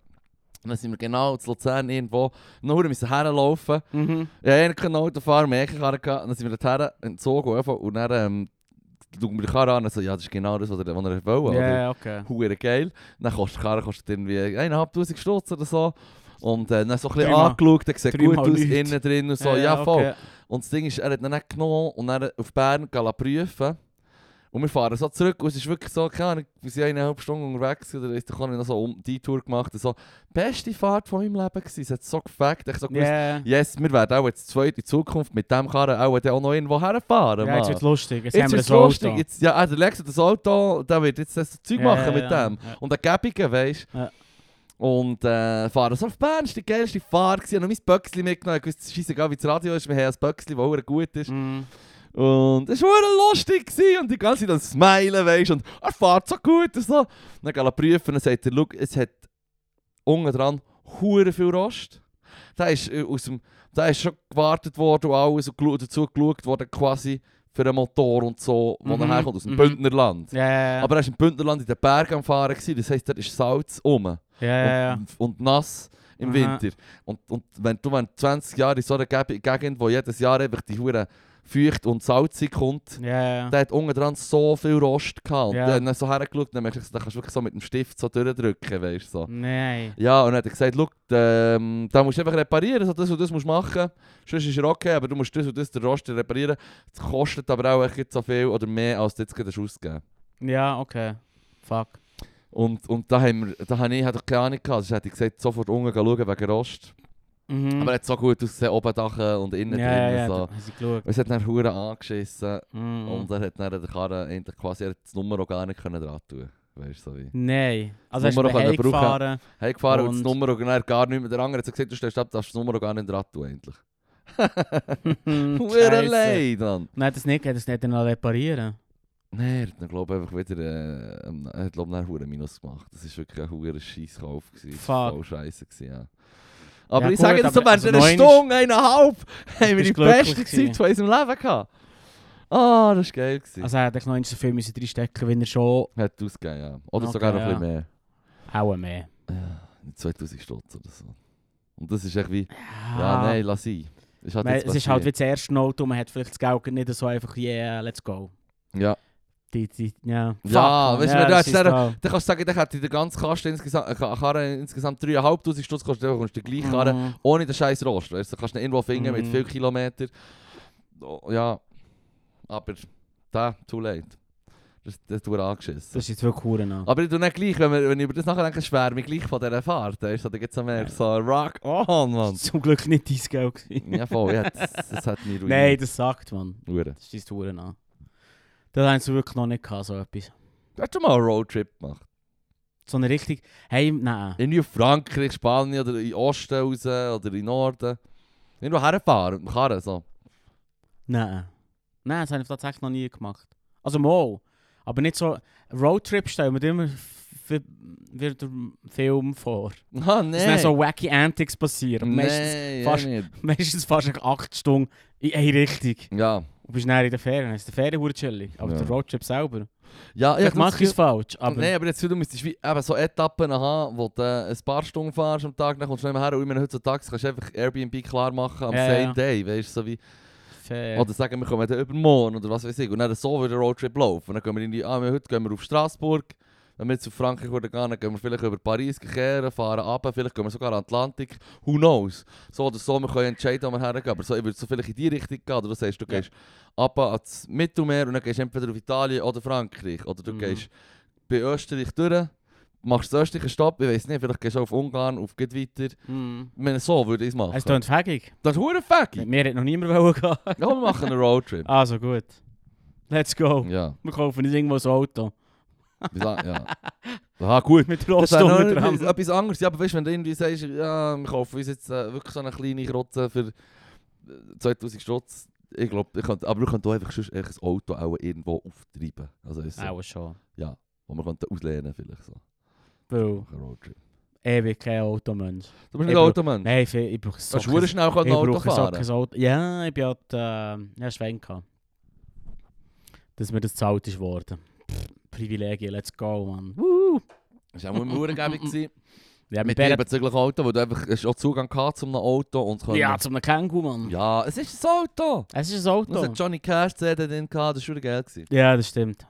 Und dann sind wir genau zu Luzern irgendwo, nur müssen herlaufen.
Mhm.
Ja, ich konnte noch Auto fahren, mehr keine Karre gehabt. Und Dann sind wir dorthin in den Zug gegangen und dann ähm, schauen wir die Karre an und so, ja, das ist genau das, was er, was er wollte.
Ja,
oder?
ja, okay.
Hure geil. Dann kostet die Karre kostet irgendwie 1'500 Stutz oder so. Und äh, dann so ein bisschen
Dreimal-
angeschaut, dann sieht gut
dreimal
aus,
nichts.
innen drin und so, ja, voll.
okay.
Und das Ding ist, er hat ihn nicht genommen und dann auf Bern gehen lassen prüfen. Und wir fahren so zurück und es ist wirklich so, keine Ahnung, wir sind eine halbe Stunde unterwegs oder ist doch noch so um die Tour gemacht und so. Beste Fahrt von meinem Leben gewesen. Es hat so gefackt. Ich so gewusst,
Ja,
yes, wir werden auch jetzt zweit in Zukunft mit dem Karren auch, dann auch noch irgendwo herfahren.
ja, jetzt
Mann.
wird lustig. Jetzt, haben
Jetzt
wir
ist
ein Auto.
lustig. Jetzt, ja, ah, der Lex hat das Auto, der wird jetzt das Zeug
Ja,
machen
ja,
mit
ja,
dem.
ja.
Und der Gäbigen, weißt du.
Ja.
Und äh, fahren so auf Bern, das war die geilste Fahrt. gewesen. Ich habe noch mein Böckchen mitgenommen. Ich wusste, scheissegal, wie das Radio ist. Wir haben ein Böckchen, das verdammt gut ist.
Mhm.
Und es war verdammt lustig. Gewesen. Und die ganze Zeit am Smilen, weißt du. Und er fährt so gut. Und so. Dann geht er prüfen und sagt er, «Schau, es hat unten dran hure viel Rost. Da ist, äh, aus dem, da ist schon gewartet worden und alles und gelu- dazu geschaut worden quasi für einen Motor und so, wo
Mhm,
er herkommt, aus dem
mhm.
Bündnerland.
Ja, ja, ja.
Aber er war im Bündnerland in den Bergen am Fahren, gewesen, das heisst, da ist Salz rum
ja, ja, ja.
und, und nass im
Aha.
Winter. Und, und wenn du wenn 20 Jahre in so einer Geb- Gegend, wo jedes Jahr einfach die Hure feucht und salzig kommt,
Ja, ja.
der hat unten dran so viel Rost gehabt. Und
Ja.
dann hab ich so hergeschaut, dann merkst du, da kannst du wirklich so mit dem Stift so durchdrücken, weißt du. So.
Mhm. Nein.
Ja, und dann hat er gesagt, «Schau, ähm, da musst du einfach reparieren, so das und das musst du machen. Sonst ist er okay, aber du musst das und das, den Rost reparieren. Das kostet aber auch echt so viel oder mehr, als du jetzt gerade ausgeben hast.»
Ja, okay. Fuck.
Und, und da haben wir, da habe ich hatte ich keine Ahnung gehabt. Also hätte ich gesagt, sofort unten gehen schauen wegen Rost.
Mhm.
Aber er hat so gut ausgesehen, oben Dachen und innen
ja, ja,
drin.
ja,
so. Oh
da haben sie geschaut.
Und es hat dann Huren angeschissen
Mhm.
und er hat dann der Karre eigentlich quasi er hat das Nummer auch gar nicht können dran tun. Weißt du, so wie.
Nein. Also hast
Nummer
du
können
daheim
brauchen.
gefahren.
Hey, gefahren und, das
Und-
Nummer und dann gar nicht mehr. Der andere hat so gesagt, du stellst ab, darfst das Nummer auch gar nicht dran tun. Endlich. Hmm, Huren
Scheisse.
leid, Mann.
Nein, das nicht, hat das nicht dann noch reparieren.
Nein, er hat dann, glaube ich, einfach wieder. Äh, ähm, er hat, glaube ich, dann Huren Minus gemacht. Das war wirklich ein Huren Scheisskauf. gewesen. Das war
Fuck.
Voll scheiße, gewesen, ja. Aber
Ja,
ich sage
gut,
jetzt so,
aber
während
also
einer
neun ist-
Stunde, eineinhalb, haben wir
bist
die
glücklich
beste
gewesen.
Zeit von unserem Leben gehabt. Ah, das war geil. Gewesen.
Also er hat noch nicht so viel müssen reinstecken, wenn er schon
Hat ausgegeben, ja. Oder
Okay,
sogar noch ein
ja.
bisschen mehr.
auch mehr.
Ja, 2000 Stutz oder so. Und das ist echt wie, ja, nein, lass sein. Ist halt
Man-
jetzt
es ist halt wie
passiert.
das erste Auto, man hat vielleicht das Geld nicht so einfach, yeah, let's go.
Ja.
Die, die, ja, Fuck,
Ja,
Mann,
weißt du, wenn du jetzt
das ist
dann-
da-
Dann kannst du sagen, dann hätte die ganze Kaste insgesamt, äh, Karre insgesamt 3'500 Stutz kostet, dann kommst du die gleiche Karre
Mhm.
ohne den scheiß Rost. Weißt du, kannst du ihn irgendwo finden mit
Mhm.
vielen Kilometern. Oh, ja, aber da, too late. Das, das wurde angeschissen.
Das ist jetzt wirklich Huren an.
Aber ich tue nicht gleich, wenn, wir, wenn ich über das nachdenke, schwärme ich gleich von dieser Fahrt. Weißt du, da gibt es mehr so Rock on,
Das war
Mann.
zum Glück nicht dein Geld. gewesen.
ja, voll, ja, das, das hat mich ruiniert.
Nein, das sagt man.
Hure.
Das ist Huren an. Das haben sie wirklich noch nicht gehabt, so etwas.
Hast du mal einen Roadtrip gemacht?
So eine richtig, hey, nou, nein.
Irgendwie auf Frankreich, Spanien oder in den Osten raus oder in den Norden. Irgendwo herfahren, mit dem Karren so.
Nein. Nein, das habe ich tatsächlich noch nie gemacht. Also mal. Aber nicht so. Roadtrip stellen wir immer f- f- wird im Film vor.
Ah, nee.
Es sind dann so wacky Antics passieren. Meistens,
nee,
fast-
eh nicht.
meistens fast 8 Stunden in eine Richtung.
Ja.
Und bist dann in der Ferien. Dann ist die Ferien hure chillig. Aber
Ja.
der Roadtrip selber.
Ah, Ja,
Ich
ich
mache es falsch. Aber
Nein, aber jetzt du müsstest wie eben so Etappen haben, wo du äh, ein paar Stunden fährst am Tag, dann kommst du nicht mehr her. Und ich meine, heutzutage kannst du einfach Airbnb klar machen am
Ja,
same
ja.
day, weißt du, so wie...
fair.
Oder sagen wir, kommen dann übermorgen oder was weiß ich. Und dann so würde der Roadtrip laufen. Und dann gehen wir in die... Ah, wir, heute gehen wir auf Straßburg. Wenn wir jetzt auf Frankreich würden gehen, dann gehen wir vielleicht über Paris kehren, fahren ab, vielleicht gehen wir sogar an den Atlantik. Who knows? So oder so, wir können entscheiden, wo wir hergehen. Aber so, ich würde so vielleicht in die Richtung gehen. Oder du sagst, du
Ja.
gehst ab ans Mittelmeer und dann gehst du entweder auf Italien oder Frankreich. Oder du
Mhm.
gehst bei Österreich durch, machst den österreichischen Stopp, ich weiß nicht, vielleicht gehst du auf Ungarn, auf geht weiter.
Hm.
Ich meine, so würde ich es machen.
Es klingt fähig.
das ist verdammt fucking.
Mir hat noch niemand wollen gehen.
Ja, wir machen einen Roadtrip.
Also gut. Let's go.
Ja,
Wir kaufen nicht irgendwo ein Auto.
wie sa- ja. Aha, gut.
Mit
Das ist noch
Rostdonner
etwas, etwas anderes. Ja, aber weißt du, wenn du irgendwie sagst, ja, wir kaufen uns jetzt äh, wirklich so eine kleine Krotze für äh, 2000 Stutz. Ich glaube, ich könnte, aber du könntest auch einfach sonst einfach ein Auto auch irgendwo auftreiben. Also, ist so.
Auch schon.
Ja. die wir könnten auslehnen vielleicht so.
Weil
Ein Roadtrip.
ewig kein E Automensch.
Du bist nicht
Ich brauch-
Automann.
Nein, ich, ich brauche so
Kannst du verdammt schnell ein Auto fahren?
kein Auto. Ja, ich bin halt, äh, ja, Schwenk gehabt. Dass mir das zu alt ist geworden. Pff, Privilegien, let's go, man. Woo!
Das war auch mal Uhrengebung. gewesen.
Ja, mit
Mit dir
der...
bezüglich Auto, weil du einfach hast auch Zugang gehabt zu einem Auto und können-
Ja, zum Känguru, man.
Ja, es ist ein Auto.
Es ist ein
Das
Auto.
hat Johnny Cash CD drin gehabt, das war schon geil. Gewesen.
Ja, das stimmt.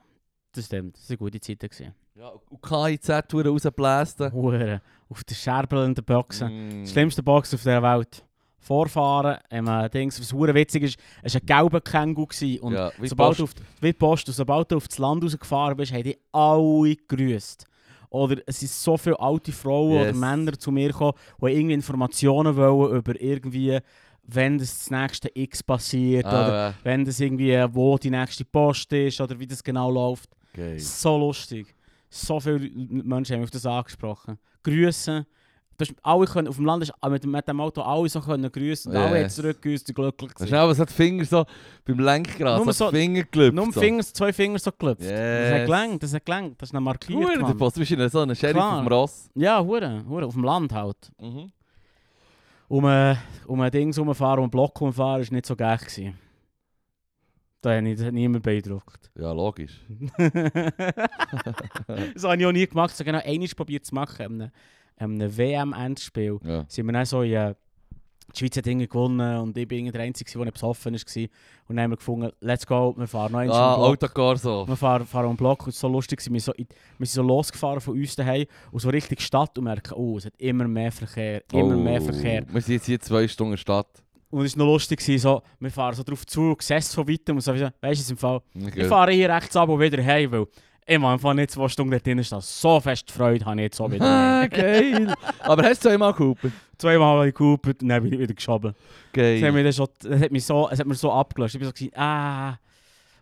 Das stimmt. Das waren gute Zeiten. gewesen.
Ja, und KIZ-Touren rausblästen.
Hure. Auf den scherbelnden Boxen.
Mm.
Schlimmste Box auf der Welt. Vorfahren, ähm, äh, Dings, was hure witzig ist, es war ein gelber Känguru gewesen und
ja, wie
sobald
Post.
du auf, wie die Post, und sobald du auf das Land rausgefahren bist, haben die alle gegrüßt. Oder es sind so viele alte Frauen
Yes.
oder Männer zu mir gekommen, die irgendwie Informationen wollen über irgendwie, wenn das, das nächste X passiert oder
ah,
wenn das irgendwie, äh, wo die nächste Post ist oder wie das genau läuft.
okay.
So lustig. So viele L- Menschen haben mich auf das angesprochen. Grüßen. Du hast alle können, auf dem Land ist ah, mit, mit dem Auto alle so können grüßen und alle haben
Yes.
zurückgrüßt und glücklich gewesen.
Schnell, was hat die Finger so beim Lenkrad, Nur
Nur
so
so-
hat die Finger gelüpft.
Nur mit
so.
Fingers, zwei Fingers so geklopft. Das hat
Yes.
gelangt, das hat gelangt. Das ist noch markiert,
Hure, der
Mann.
Post, du bist in so einem Sheriff
Klar.
auf dem Ross.
Ja, hure, hure, auf dem Land halt.
Mhm.
Um, äh, um ein Ding rumfahren, um einen Block rumfahren, war nicht so geil. Gewesen. Da hat, nicht, hat niemand beeindruckt.
Ja, logisch.
das habe ich auch nie gemacht. Ich habe genau einmal probiert zu machen, an einem, einem WM-Endspiel.
Ja.
sind wir dann so in, äh, die Schweiz hat irgendwie gewonnen und ich bin irgendwie der Einzige, der nicht besoffen war. Und dann haben wir gefunden, let's go, wir fahren noch eins
Ah,
um den Block.
Autokorso.
Wir fahren, fahren am Block und es war so lustig, gewesen. wir sind so, in- wir sind so losgefahren von uns daheim und so richtig Stadt und merken, oh, es hat immer mehr Verkehr, immer mehr Verkehr.
Oh. Wir sind jetzt hier zwei Stunden Stadt.
Und es war noch lustig, gewesen, so, wir fahren so drauf zu, gesessen von weitem und so, weißt du, es im Fall,
Okay.
ich fahre hier rechts ab und wieder heim, weil ich am Anfang nicht zwei Stunden dort drin stand. So fest Freude habe ich jetzt auch wieder.
Ah,
nicht.
geil. Aber hast du einmal gehupen?
Zweimal habe ich gehupert und dann bin ich wieder geschoben. Das hat
Geil.
mich, dann schon, das hat mich so, es hat mir so abgelöscht. Ich bin so gewesen, ah,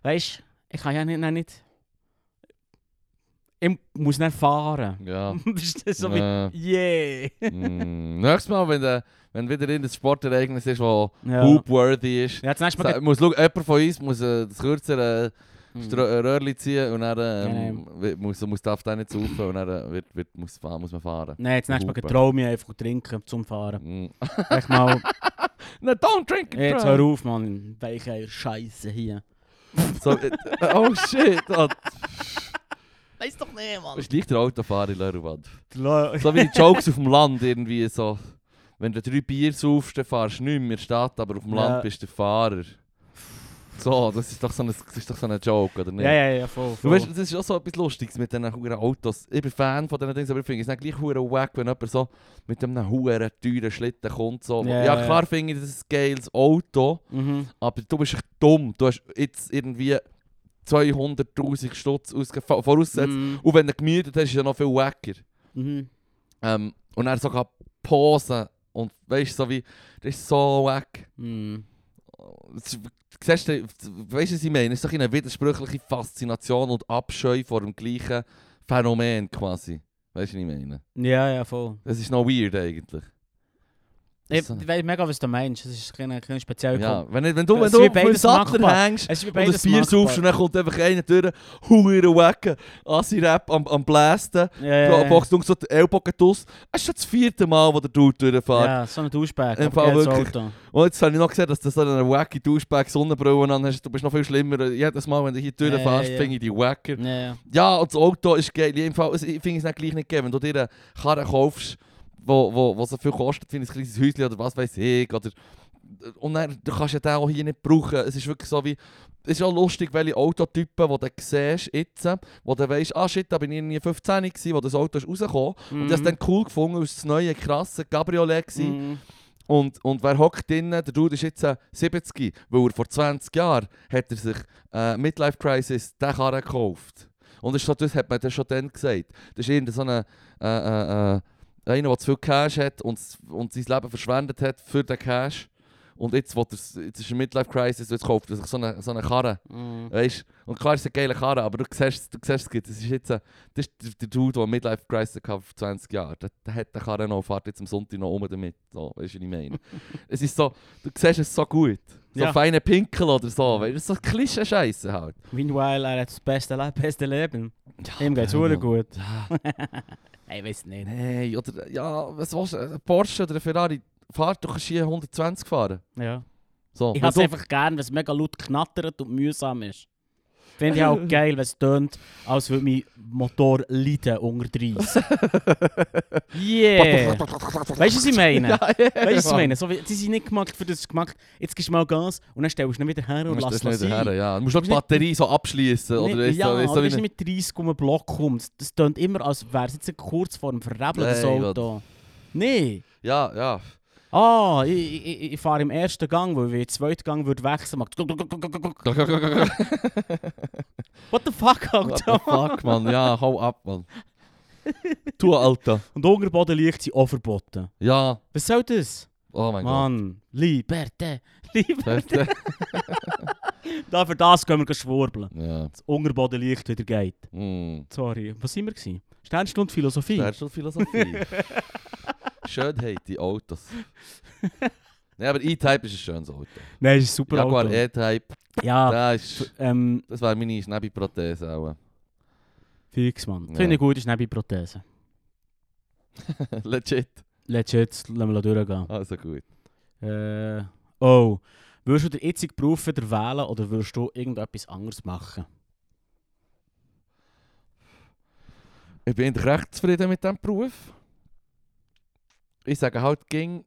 weißt du, ich kann ja nicht, nein, nicht. Ich muss nicht fahren.
Ja.
Bist du so wie,
Äh,
yeah.
mm. Nächstes Mal, wenn, der, wenn wieder in das Sportereignis ist, das
Ja.
hoop-worthy ist,
Ja, das nächste Mal.
Sag, muss, schau, jemand von uns muss äh, das kürzere
Hm.
äh, Stro- äh, Röhrli ziehen und dann ähm, wi- muss, muss, darf der nicht saufen und dann äh, wird, wird, muss, fahren, muss man fahren.
Nein, das nächste Mal
Hupen.
traue ich mich einfach trinken zum Fahren.
Mm.
Echt mal,
No, don't drink and
jetzt
drive.
hör auf, Mann. Weiche Scheiße hier.
So, äh, oh shit, oh,
Weiß doch nicht, Mann.
das ist leicht der Autofahrer in Leruwand.
So
So wie die Jokes auf dem Land irgendwie so. Wenn du drei Bier saufst, dann fahrst du nicht mehr in der Stadt, aber auf dem
Ja.
Land bist du der Fahrer. So, das ist doch so ein, das ist doch so ein Joke, oder nicht?
ja, ja, ja, voll.
Du
voll.
weißt, das ist auch so etwas Lustiges mit diesen huren Autos. Ich bin Fan von diesen Dings, aber ich finde es nicht gleich huren wack, wenn jemand so mit einem huren teuren Schlitten kommt. So.
Ja,
ja,
ja,
klar finde ich, das ist ein geiles Auto,
mhm.
aber du bist echt dumm. Du hast jetzt irgendwie 200'000 Stutz ausge- vo- vorausgesetzt.
Mhm.
Und wenn du gemietet hast, ist ja noch viel wacker.
Mhm.
Ähm, und er sogar Posen. Und weißt du, so wie, das ist so wack.
Mhm.
Es ist- Siehst du, weißt du, was ich meine? Es ist doch eine widersprüchliche Faszination und Abscheu vor dem gleichen Phänomen quasi. Weißt du, was ich meine?
Ja, ja, voll.
Das ist noch nou weird eigentlich.
Ich,
So.
ich weiß mega, was du meinst. Es ist kein, kein speziell.
Ja, wenn, wenn du, wenn
Es ist wie
du
beides machbar.
hängst
Es ist wie
und ein
beides
Bier saufst und dann kommt einfach einer durch, huere Wacken, Assi-Rap am, am Blästen,
Ja, ja,
yeah.
ja.
boxt so die Ellbogen draus. Es ist schon das vierte Mal, wo der Dude durchfährt.
Ja, so ein Duschbag.
Im
aber
Fall
geiles
wirklich.
Auto.
Und Oh, jetzt habe ich noch gesehen, dass du so eine wacky Duschbag Sonnenbrille an hast. Du bist noch viel schlimmer. Jedes Mal, wenn du hier die Türen
Ja,
fährst,
ja, ja.
finde ich die wacker.
Ja, ja.
Ja, und das Auto ist geil. Ich finde es nicht gleich nicht geil. Wenn du dir eine Karre kaufst, wo, wo, wo so viel kostet, finde ich ein kleines Häuschen oder was weiß ich. Oder und dann, du kannst ja den auch hier nicht brauchen. Es ist wirklich so wie... Es ist auch lustig, welche Autotypen, die du siehst jetzt, wo du weißt, ah shit, da bin ich nie 15 gewesen, wo das Auto ist rausgekommen. Und das
Mhm.
dann cool gefunden, weil es das neue, krasse Cabriolet war.
Mhm.
Und, und wer hockt drinnen? Der Dude ist jetzt äh, 70, weil er vor 20 Jahren hat er sich äh, Midlife Crisis den Karren gekauft. Und das, ist so, das hat man dann schon dann gesagt. Das ist irgendein so ein, äh, äh, äh, einer, der zu viel Cash hat und, s- und sein Leben verschwendet hat für den Cash. Und jetzt, will er's- jetzt ist eine Midlife Crisis, jetzt kauft er sich so eine, so eine Karre.
Mhm.
Weißt? Und klar ist es eine geile Karre, aber du siehst, du siehst es, gibt- das ist jetzt äh, das ist der, der Dude, der eine Midlife Crisis hatte vor 20 Jahren. Der, der hat den Karren noch, fährt jetzt am Sonntag noch um damit. So, weißt du, was ich meine? es ist so, du siehst es so gut. So
Ja.
feine Pinkel oder so, weißt du, so Klischee-Scheiße halt.
Meanwhile, er hat das beste, Le beste Leben. Ihm geht's
der
hure
Mann.
gut.
Ja,
Ich weiß nicht.
nein, oder, ja, was willst du, ein Porsche oder ein Ferrari, fahrt doch hier 120 fahren.
Ja.
So,
Ich
wenn
hab's
du-
einfach gern, wenn es mega laut knattert und mühsam ist. Finde ich auch geil, wenn es tönt, als würde mein Motor leiden unter 30. Yeah! Weißt du, was ich meine?
Ja, ja,
Weißt du, was ich
Mann.
meine? So, wie- die sind nicht gemacht, für das gemacht. Jetzt gibst du mal Gas und dann stellst du ihn wieder her
Du
und
musst
lass
das
es
nicht her,
sein.
ja. Du musst doch die Batterie so abschließen oder
Nicht,
weißt du,
ja,
weißt du,
aber
wie
wenn du nicht mit 30 um einen Block kommst, das tönt immer, als wäre es jetzt kurz vor dem Verrebeln, das
Nein,
Auto. Nee!
ein- ja, ja.
Ah, ich, ich, ich- ich fahre im ersten Gang, weil wenn ich im zweiten Gang würde wechseln, macht What the fuck,
What the
Alter?
fuck, Mann, ja, hau ab, Mann. Tu, Alter.
Und Unterbodenlicht sind auch verboten.
Ja,
Was soll das?
oh mein Gott.
Mann, Liberte, Liberte.
Fertig.
da für das können wir schwurbeln.
Ja.
Das Unterbodenlicht wieder geht.
Mm.
Sorry, was sind wir gewesen? Sternstunde Philosophie.
Das ist schon Philosophie. Schönheit, die Autos. Nein, aber E-Type ist ein schönes Auto.
Nein, ist ein super
Jaguar eh.
Auto. Ah.
E-Type,
Ja,
das, ist-
ähm,
das wäre meine Schnäbi-Prothese auch.
fix, Mann.
Ja.
Finde ich gut, ist nicht bei Prothese.
Legit.
Legit, lassen wir durchgehen.
Also gut.
Äh, oh, würdest du den jetzigen Beruf wieder wählen oder würdest du irgendetwas anderes machen?
Ich bin eigentlich recht zufrieden mit diesem Beruf. Ich sage halt, ging,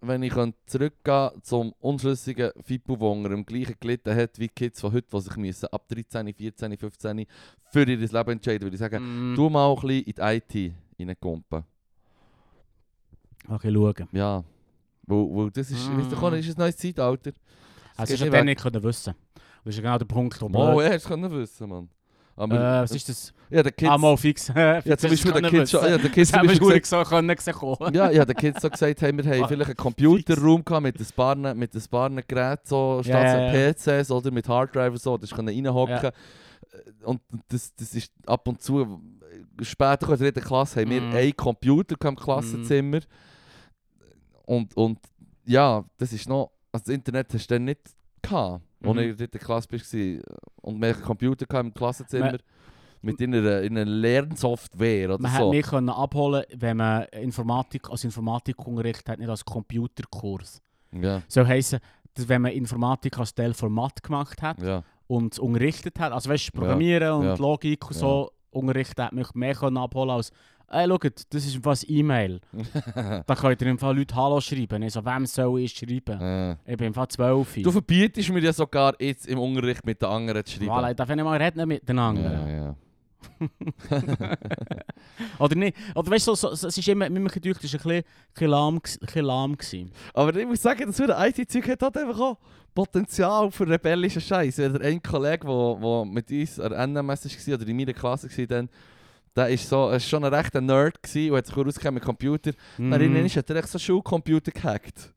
wenn ich könnte zurückgehen zum unschlüssigen Fippo, der unter dem gleichen gelitten hat wie die Kids von heute, die sich müssen, ab 13, 14, 15 für ihr Leben entscheiden würde ich sagen,
Mm.
tu mal ein bisschen in die IT reinkumpen.
Okay, schauen.
Ja. Weil, weil das ist,
Mm.
weißt du, das ist ein neues Zeitalter. geht
Also,
nicht
ich hätte
weg.
nicht können wissen Das ist ja genau der Punkt, wo
Oh,
blöd-
ja, hättest du können wissen, Mann. Aber
äh, Was ist das?
ja, der Kids,
Ah, mal fix.
ja, zum Beispiel der Kids, schon, ja, der Kids
Das
zum
haben wir
Beispiel
schon
gesagt,
so können sehen kommen.
Ja, ich habe den Kids so gesagt, hey, wir haben
Ah,
vielleicht einen Computerraum gehabt mit ein paar, ne, mit ein paar Geräten, so, statt
Ja, ja,
PCs oder mit Harddrive so, das können reinhocken.
Ja.
Und das, das ist ab und zu, später in der dritten Klasse, haben wir
Mhm.
einen Computer gehabt im Klassenzimmer. Und, und ja, das ist noch, also das Internet hast du dann nicht gehabt, als
Mhm.
du in der dritten Klasse war. Und wir haben einen Computer gehabt im Klassenzimmer.
Man-
mit einer, einer Lernsoftware oder
Man hätte
so.
mich können abholen wenn man Informatik als Informatikunterricht hat, nicht als Computerkurs.
Ja,
So heissen, dass wenn man Informatik als Teil Format gemacht hat,
ja.
und unterrichtet hat. Also weißt du, Programmieren und
ja,
Logik und so unterrichtet hat mich mehr können abholen als «Ey, schaut, das ist was E-Mail. da könnt ihr im Fall Leute «Hallo» schreiben. Ich so, wem soll ich schreiben?
Äh.
Ich bin im Fall 12.
Du verbietest mir ja sogar jetzt im Unterricht mit den anderen zu schreiben.
voilà, ich darf ja nicht mal reden mit den anderen.
ja, ja.
Oder nicht? Oder weißt du, so, so, so, es ist immer, mir gedacht, es war ein bisschen- bisschen lahm gsi- bisschen lahm. gewesen.
Aber ich muss sagen, das der IT-Zeug hat halt einfach auch Potenzial für rebellischen Scheiß. Wenn der ein Kollege, der, der mit uns an der NMS war oder in meiner Klasse war, dann, der ist, so, er ist schon ein rechter Nerd gewesen und hat sich gut ausgekommen mit Computer.
Mhm.
Mhm. Dann ist, hat er echt so Schulcomputer gehackt.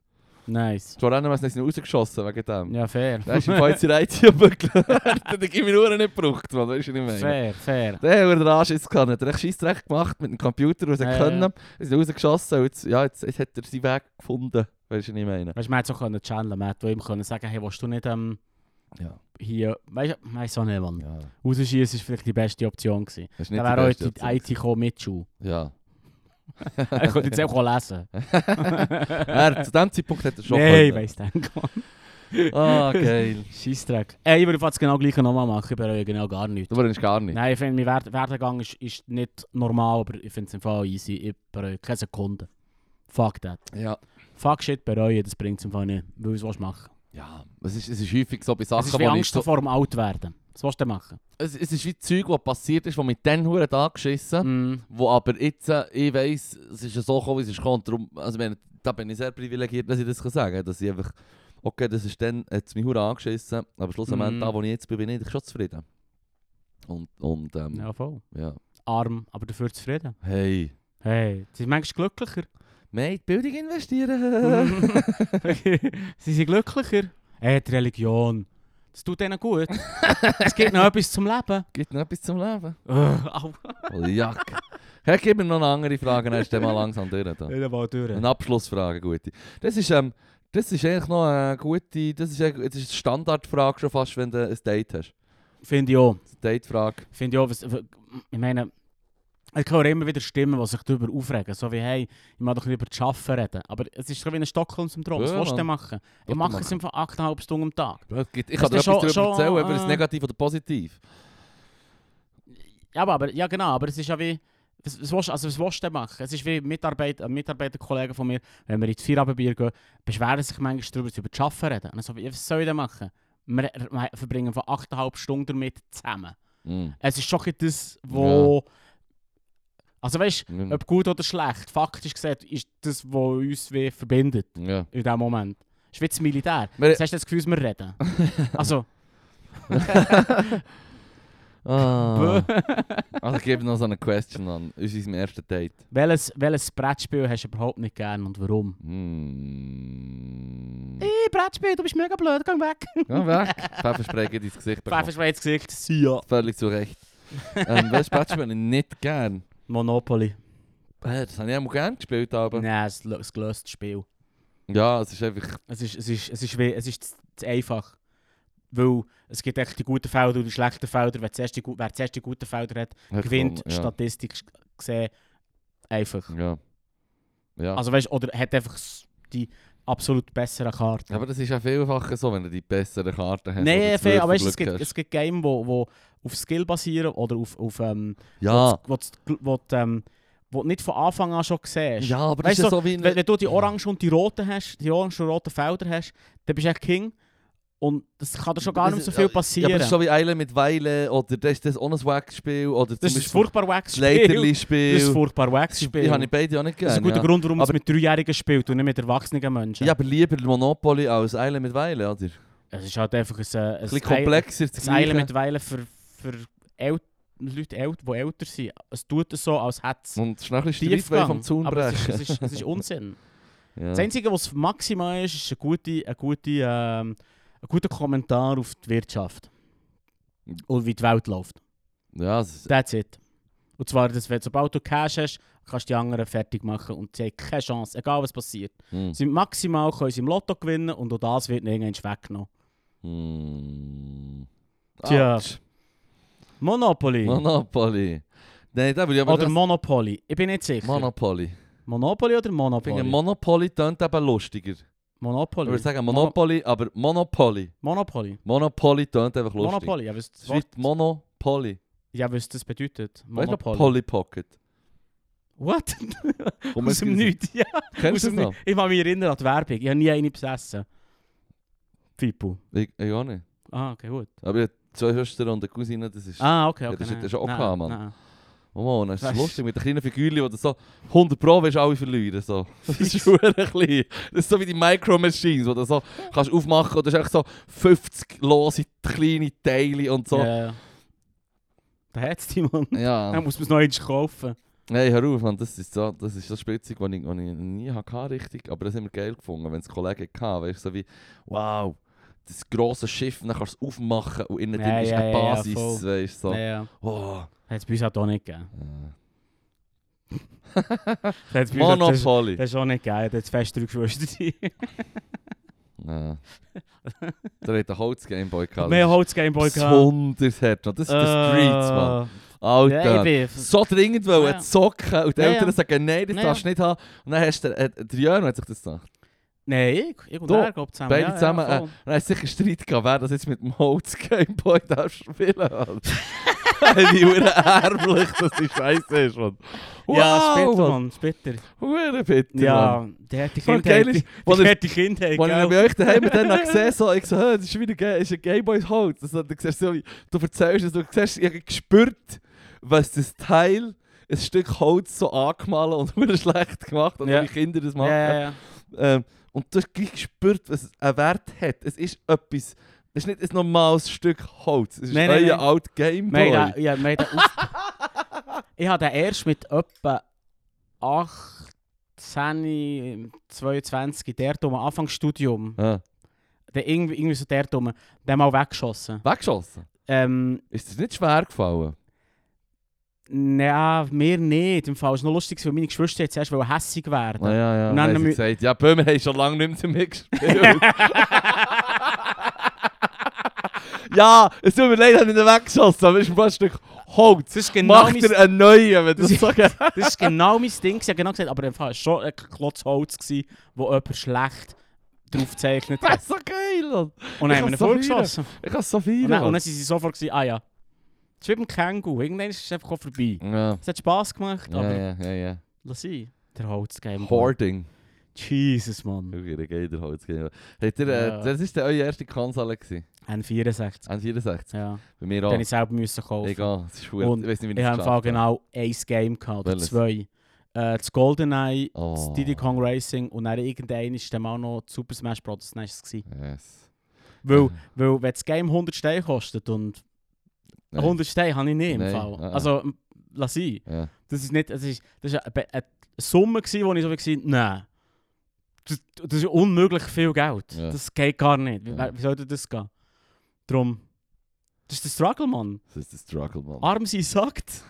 Nice.
Schon NMS haben sie ihn rausgeschossen wegen dem.
Ja, fair.
Dann ist im Fall jetzt in IT abgewickelt. Dann hat er die Minuten nicht gebraucht, Mann. Weißt du, was ich meine?
fair, fair.
Der hat den Arsch jetzt gehabt. Hat er echt scheissdreck gemacht mit dem Computer, was er
Ja,
können.
ja.
Er ist rausgeschossen und jetzt, ja, jetzt, jetzt hat er seinen Weg gefunden. Weißt du, was ich meine?
Weißt du, man hätte so können channeln, man hätte ihm können sagen, hey, willst du nicht ähm,
Ja.
hier, weißt du, weiss auch nicht, Mann.
Ja.
Rausschießen war vielleicht die beste Option. Gewesen.
Das ist
Dann
nicht
wäre
die
auch
beste
die
Option.
IT gekommen mit Schuh.
Ja.
Er könnte jetzt auch lesen.
Er, zu dem Zeitpunkt hat er schon
Nein,
können.
weiss denk mal.
Ah, geil.
Scheissdreck. Ey, ich würde fast genau gleich nochmal machen, ich bereue genau gar nichts.
Du wolltest gar nicht.
Nein, ich finde, mein Wert Werdegang ist, ist nicht normal, aber ich finde es im Fall easy. Ich bereue keine Sekunde. Fuck that.
Ja.
Fuck shit, bereuen, das bringt es im Fall nicht. Weil was willst du machen?
Ja, es ist, es ist häufig so bei
Das
Sachen,
ist wie
wo ich
Angst
so,
vor dem Altwerden. Was willst du denn machen?
es, es ist wie Zeug, was passiert ist, wo mit den Huren angeschissen,
Mhm.
wo aber jetzt, äh, ich weiss, es ist ja so gekommen, wie es ist gekommen, darum, also ich meine, da bin ich sehr privilegiert, dass ich das kann sagen kann, dass ich einfach, okay, das ist dann, hat es mich hure angeschissen, aber schlussendlich
Mhm.
da, wo ich jetzt bin, bin ich eigentlich schon zufrieden. Und, und, ähm, ja.
Ja, voll. Arm, aber dafür zufrieden.
Hey.
Hey, sie sind manchmal glücklicher.
Mate, Bildung
Mhm.
investieren!
Sie sind glücklicher. Äh, die Religion. Das tut ihnen gut. es gibt noch etwas zum Leben.
Gibt noch etwas zum Leben?
Au.
Oh, Jack. Hey, gib mir noch eine andere Frage, dann ist der mal langsam durch. Da.
Ja, Äh, war durch.
Eine Abschlussfrage, gute. Das ist, ähm, das ist eigentlich noch eine gute, das ist, eine- das ist eine Standardfrage schon fast, wenn du ein Date hast.
Finde ich auch.
Date-Frage.
Finde ich auch. was- w- Ich meine, ich höre immer wieder Stimmen, die sich darüber aufregen. So wie, hey, ich mag doch nicht über das Arbeiten reden. Aber es ist so wie ein Stockholm-Syndrom. Was
Ja,
willst du denn
Mann.
machen? Ich
du
mache
machen?
es einfach 8,5 Stunden am Tag.
Ja, es gibt- Ich
Das
kann dir
ist
etwas
schon-
darüber
schon,
erzählen, über das
äh,
Negativ oder Positiv.
Ja, aber, aber- ja genau, aber es ist ja wie... Was, was, willst- also was willst du denn machen? Es ist wie Mitarbeiter, ein Mitarbeiterkollege von mir, wenn wir ins Feierabendbier gehen, beschweren sich manchmal darüber, dass sie über das Arbeiten reden. Und dann so, wie, was soll ich denn machen? Wir, wir verbringen von 8,5 Stunden damit zusammen.
Mm.
Es ist schon ein bisschen das, wo... Also weißt
Mm.
du, ob gut oder schlecht, faktisch gesagt, ist das, was uns wie verbindet
Ja.
in diesem Moment. Es ist wie das Militär.
Wir-
Jetzt hast du das Gefühl, dass wir reden. Also,
Ah. also ich gebe noch so eine Question an. Ist unserem ersten Date.
welches, welches Brettspiel hast du überhaupt nicht gern und warum?
Mm.
Hey, Brettspiel, du bist mega blöd, geh weg.
Geh weg. Pfefferspray geht ins Gesicht. bekommen.
Pfeffer ins Gesicht, see ya.
Völlig zu Recht. ähm, welches Patch bin ich nicht gern?
Monopoly.
Äh, Das habe ich auch gern gespielt, aber...
Nein, es ist ein gelöstes Spiel.
Ja, es ist einfach...
Es ist, es ist, es ist, wie, es ist zu, zu einfach. Weil es gibt echt die guten Felder und die schlechten Felder. Wer zuerst die, gu- wer zuerst die guten Felder hat, gewinnt,
Ja.
statistisch gesehen, einfach.
Ja. ja.
Also weißt, oder hat einfach s- die absolut bessere Karte.
aber das ist ja vielfach so, wenn du die besseren Karten hast. oder
Nein,
das
viel, aber weißt,
Würfelglück
es, gibt,
hast.
es gibt Games, wo, wo auf Skill basieren oder auf, auf ähm,
Ja.
wo, du- wo, du- wo, du, ähm, wo du nicht von Anfang an schon siehst.
Ja, aber das
Weißt
ist ja
du,
so wie...
Wenn, wenn du die orangen und die roten hast, die orangen und roten Felder hast, dann bist du echt King. Und das kann dir schon gar
Das-
nicht so viel
ja,
passieren.
aber das ist so wie Eile mit Weile oder das ist das auch ein Wack-Spiel oder
das
zum
ist ein
Beispiel
furchtbar wack
das
Spiel. Das ist ein
Leiterli-Spiel.
furchtbar wack Spiel.
Die habe ich beide auch nicht gern.
Das ist ein guter
ja.
Grund, warum man es
Aber-
mit Dreijährigen spielt und nicht mit erwachsenen Menschen.
Ja, aber lieber Monopoly als Eile mit Weile, oder? Ein
Es ist halt einfach ein, äh, ein,
bisschen komplexer. das
Das Eilen
Gleiche.
mittlerweile für, für äl Leute, äl die älter sind. Es tut es so, als hätte es
Und es ist noch ein bisschen
tief
Streitweh vom Zaun
Aber es ist,
brechen.
es, ist, es ist Unsinn.
Ja.
Das Einzige, was maximal ist, ist ein guter, ein guter, ähm, ein guter Kommentar auf die Wirtschaft. Und wie die Welt läuft.
Ja, es ist,
That's it. Und zwar, dass, wenn, sobald du Cash hast, kannst du die anderen fertig machen und sie haben keine Chance, egal was passiert.
hm.
Sie maximal können sie im Lotto gewinnen und auch das wird ihnen irgendwann weggenommen.
Hm.
Tja.
Autsch.
Monopoly.
Monopoly. Nein, da würde ich aber
oder
das-
Monopoly. Ich bin nicht sicher.
Monopoly.
Monopoly oder
Ich finde
Monopoly?
Monopoly tönt eben lustiger. Ich
Monopoly.
würde sagen Monopoly, aber Monopoly.
Monopoly.
Monopoly tönt einfach lustig.
Monopoly. Ja, was,
Das ist wie Monopoly.
ja, was das bedeutet.
Weißt du noch
Monopoly.
Polly Pocket?
What?
Komm,
Aus dem
jetzt-
Nichts. Ja, aus
Kennst du
dem
das noch?
Nichts. Ich kann mich erinnern an die Werbung. Ich habe nie eine besessen. Fipu.
Ich, ich auch nicht.
Ah, okay, gut.
Aber ich habe zwei Schwestern und eine Cousine, das ist...
Ah, okay, okay.
das
nein.
hat er schon auch
Nein,
gehabt, Mann.
nein.
Oh Mann, das ist
Weißt-
lustig mit den kleinen Figürchen, die du so 100 Pro willst, alle verlieren. So. Das ist
Fix.
verdammt klein. Das ist so wie die Micro-Machines, die du so kannst aufmachen kannst. Das ist echt so 50 lose kleine Teile und so.
Ja, ja. Da hat es die, Mann.
Ja.
Dann muss man es noch eins kaufen.
Hey, hör auf, Mann, das ist so, das ist so spitzig, was ich, was ich nie hatte, richtig. Aber das haben wir geil gefunden, wenn es Kollegen hatten. Weißt du, so wie, wow, das grosse Schiff, dann kannst du es aufmachen und innen drin
Ja,
ist
ja,
eine
ja, ja,
Basis.
voll.
weißt du, so.
Ja, ja.
Oh.
Hat es bei uns halt auch nicht gegeben. Das hat's
Äh.
bei uns halt- das-
Monopoly.
Das ist auch nicht gegeben. Da hat es fest drei Geschwister.
Ja. Der hat einen Holz-Gameboy gehabt.
Mehr Holz-Gameboy Äh,
Das Wunder das hat noch. Das sind die Streets, Oh, Mann.
Ja,
Alter.
ich bin...
so dringend wollen
Ja, ja.
zocken und die
Ja, ja.
Eltern sagen, nein, das
Ja,
darfst du nicht haben. Und dann hast du, äh, der Jörn hat sich das gedacht.
Nein, ich, ich und
Du,
er, glaub, zusammen.
Beide
Ja, ja,
zusammen. äh,
voll.
und dann hat es sicher Streit gegeben, wer das jetzt mit dem Holz-Gameboy darf spielen darf. Wie ärmlich, dass die Scheiße ist. Mann. Wow,
ja, es ist bitter,
Mann.
Mann, es ist bitter.
Hure bitter, Mann.
Ja, der hat die
So geil
Kindheit.
ist,
Die,
wo
die
er-
hat die Kindheit,
Als ich
gell?
bei euch daheim dann noch gesehen so, ich so, «Hä, das ist wieder Ga ist ein Gameboy Holz. Also, du, siehst so, wie- du erzählst es, du siehst, ich habe gespürt, was das Teil, ein Stück Holz so angemalt und wurde schlecht gemacht hat,
Ja.
wie Kinder das
Ja,
machen.
ja, ja.
Ähm, und du hast gleich gespürt, was es einen Wert hat. Es ist etwas, es ist nicht ein normales Stück Holz, es ist
Nein,
nein,
nein,
euer
nein.
alter Gameboy.
Wir haben den- ja, wir haben den auf- Ich habe den erst mit etwa 18, 22, der dumme Anfangsstudium,
Ja.
der irgendwie, irgendwie so der dumme, den mal weggeschossen.
Weggeschossen?
Ähm,
Ist dir nicht schwer gefallen?
nein, mir nicht. Im Fall ist noch lustig, weil meine Geschwister jetzt erst wollen hässig werden.
Ah, ja, ja.
Und dann
Dann haben
haben
sie
wir-
gesagt, ja, Böhmer haben schon lange nicht mehr damit gespielt. ja, es tut mir leid, dass ich ihn weggeschossen habe. Es ist fast ein Stück Holz.
Das ist genau
Macht
mein,
er einen neuen, wenn das
Das-
so geht.
das ist genau mein Ding. gewesen. Ich habe genau gesagt, aber im Fall war schon ein Klotz Holz, gewesen, wo jemand schlecht draufgezeichnet
Das
hat.
ist so geil. Mann.
Und
Ich
dann haben wir ihn
kann's so
vorgeschossen.
Ich kann es so
Und dann, und
feiern.
dann sind sie sofort gewesen, ah ja. Das ist wie beim Känguru. Irgendwann ist es einfach auch vorbei.
Ja,
Es hat Spass gemacht,
ja,
aber
ja, ja, ja.
lass sein. Der Holzgame.
Hoarding.
Jesus, Mann.
Schau, ihr geht der Holz. Habt ihr, äh,
Ja.
Das ist der- eure erste Konsole gewesen?
N64.
N64?
Ja.
Bei mir
Den
auch.
ich selber müssen kaufen.
Egal, es ist schwer.
Und
Ich weiß nicht, wie es
Ich habe im Fall genau ein Game gehabt, oder
Welches?
zwei. Äh, das GoldenEye, das
Oh.
Diddy Kong Racing und dann irgendein ist dann auch noch die Super Smash Bros. Das war es.
Yes.
Weil, weil, wenn das Game 100 Steine kostet und
Nein.
100 Steine habe ich nicht im
Nein,
Fall.
ah, ah.
Also, m- lass sein.
Ja.
Das ist nicht, das ist, das ist eine, Be- eine Summe gewesen, wo ich so gesagt nein. Das, das ist unmöglich viel Geld.
Ja.
Das geht gar nicht. Wie,
Ja.
wie sollte das gehen? Drum. Das ist der Struggle, Mann.
Das ist der Struggle, Mann.
Arm sein sagt.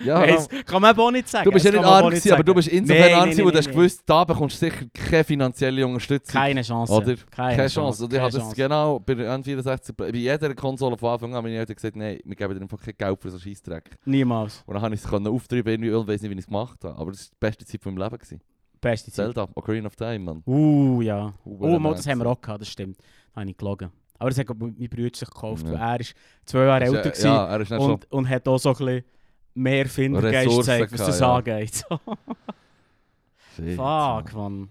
ja,
Weiss, kann man aber auch nicht sagen.
Du bist ja
Das
nicht
kann man
arm,
auch
gewesen, aber du
sagen.
bist insofern
Nein,
arm,
nein,
gewesen, wo
nein,
du hast
nein.
gewusst, da bekommst du sicher keine finanzielle Unterstützung.
Keine Chance.
Oder?
Keine,
Keine Chance. Und ich
keine
habe das
Chance.
genau bei der N64, bei jeder Konsole von Anfang an, haben meine Eltern gesagt, nein, wir geben dir einfach kein Geld für so Scheißdreck.
Niemals.
Und dann habe ich es können auftreiben irgendwie und weiß nicht, wie ich es gemacht habe. Aber das war die beste Zeit von meinem Leben. Gewesen.
Beste Zeit.
Zelda, Ocarina of Time, Mann.
Uh, ja.
Huere
Oh, mal, das
nice.
haben wir auch gehabt, das stimmt. Da habe ich gelogen. Aber das hat glaub ich, mein Bruder sich gekauft,
Ja.
weil er ist zwei Jahre
Ist,
älter
äh,
gewesen
Ja, er ist nicht schon...
und, und hat auch so ein bisschen mehr Findergeist
Ressourcen
gezeigt, was das
gehabt,
angeht. So.
Shit,
Fuck, Mann.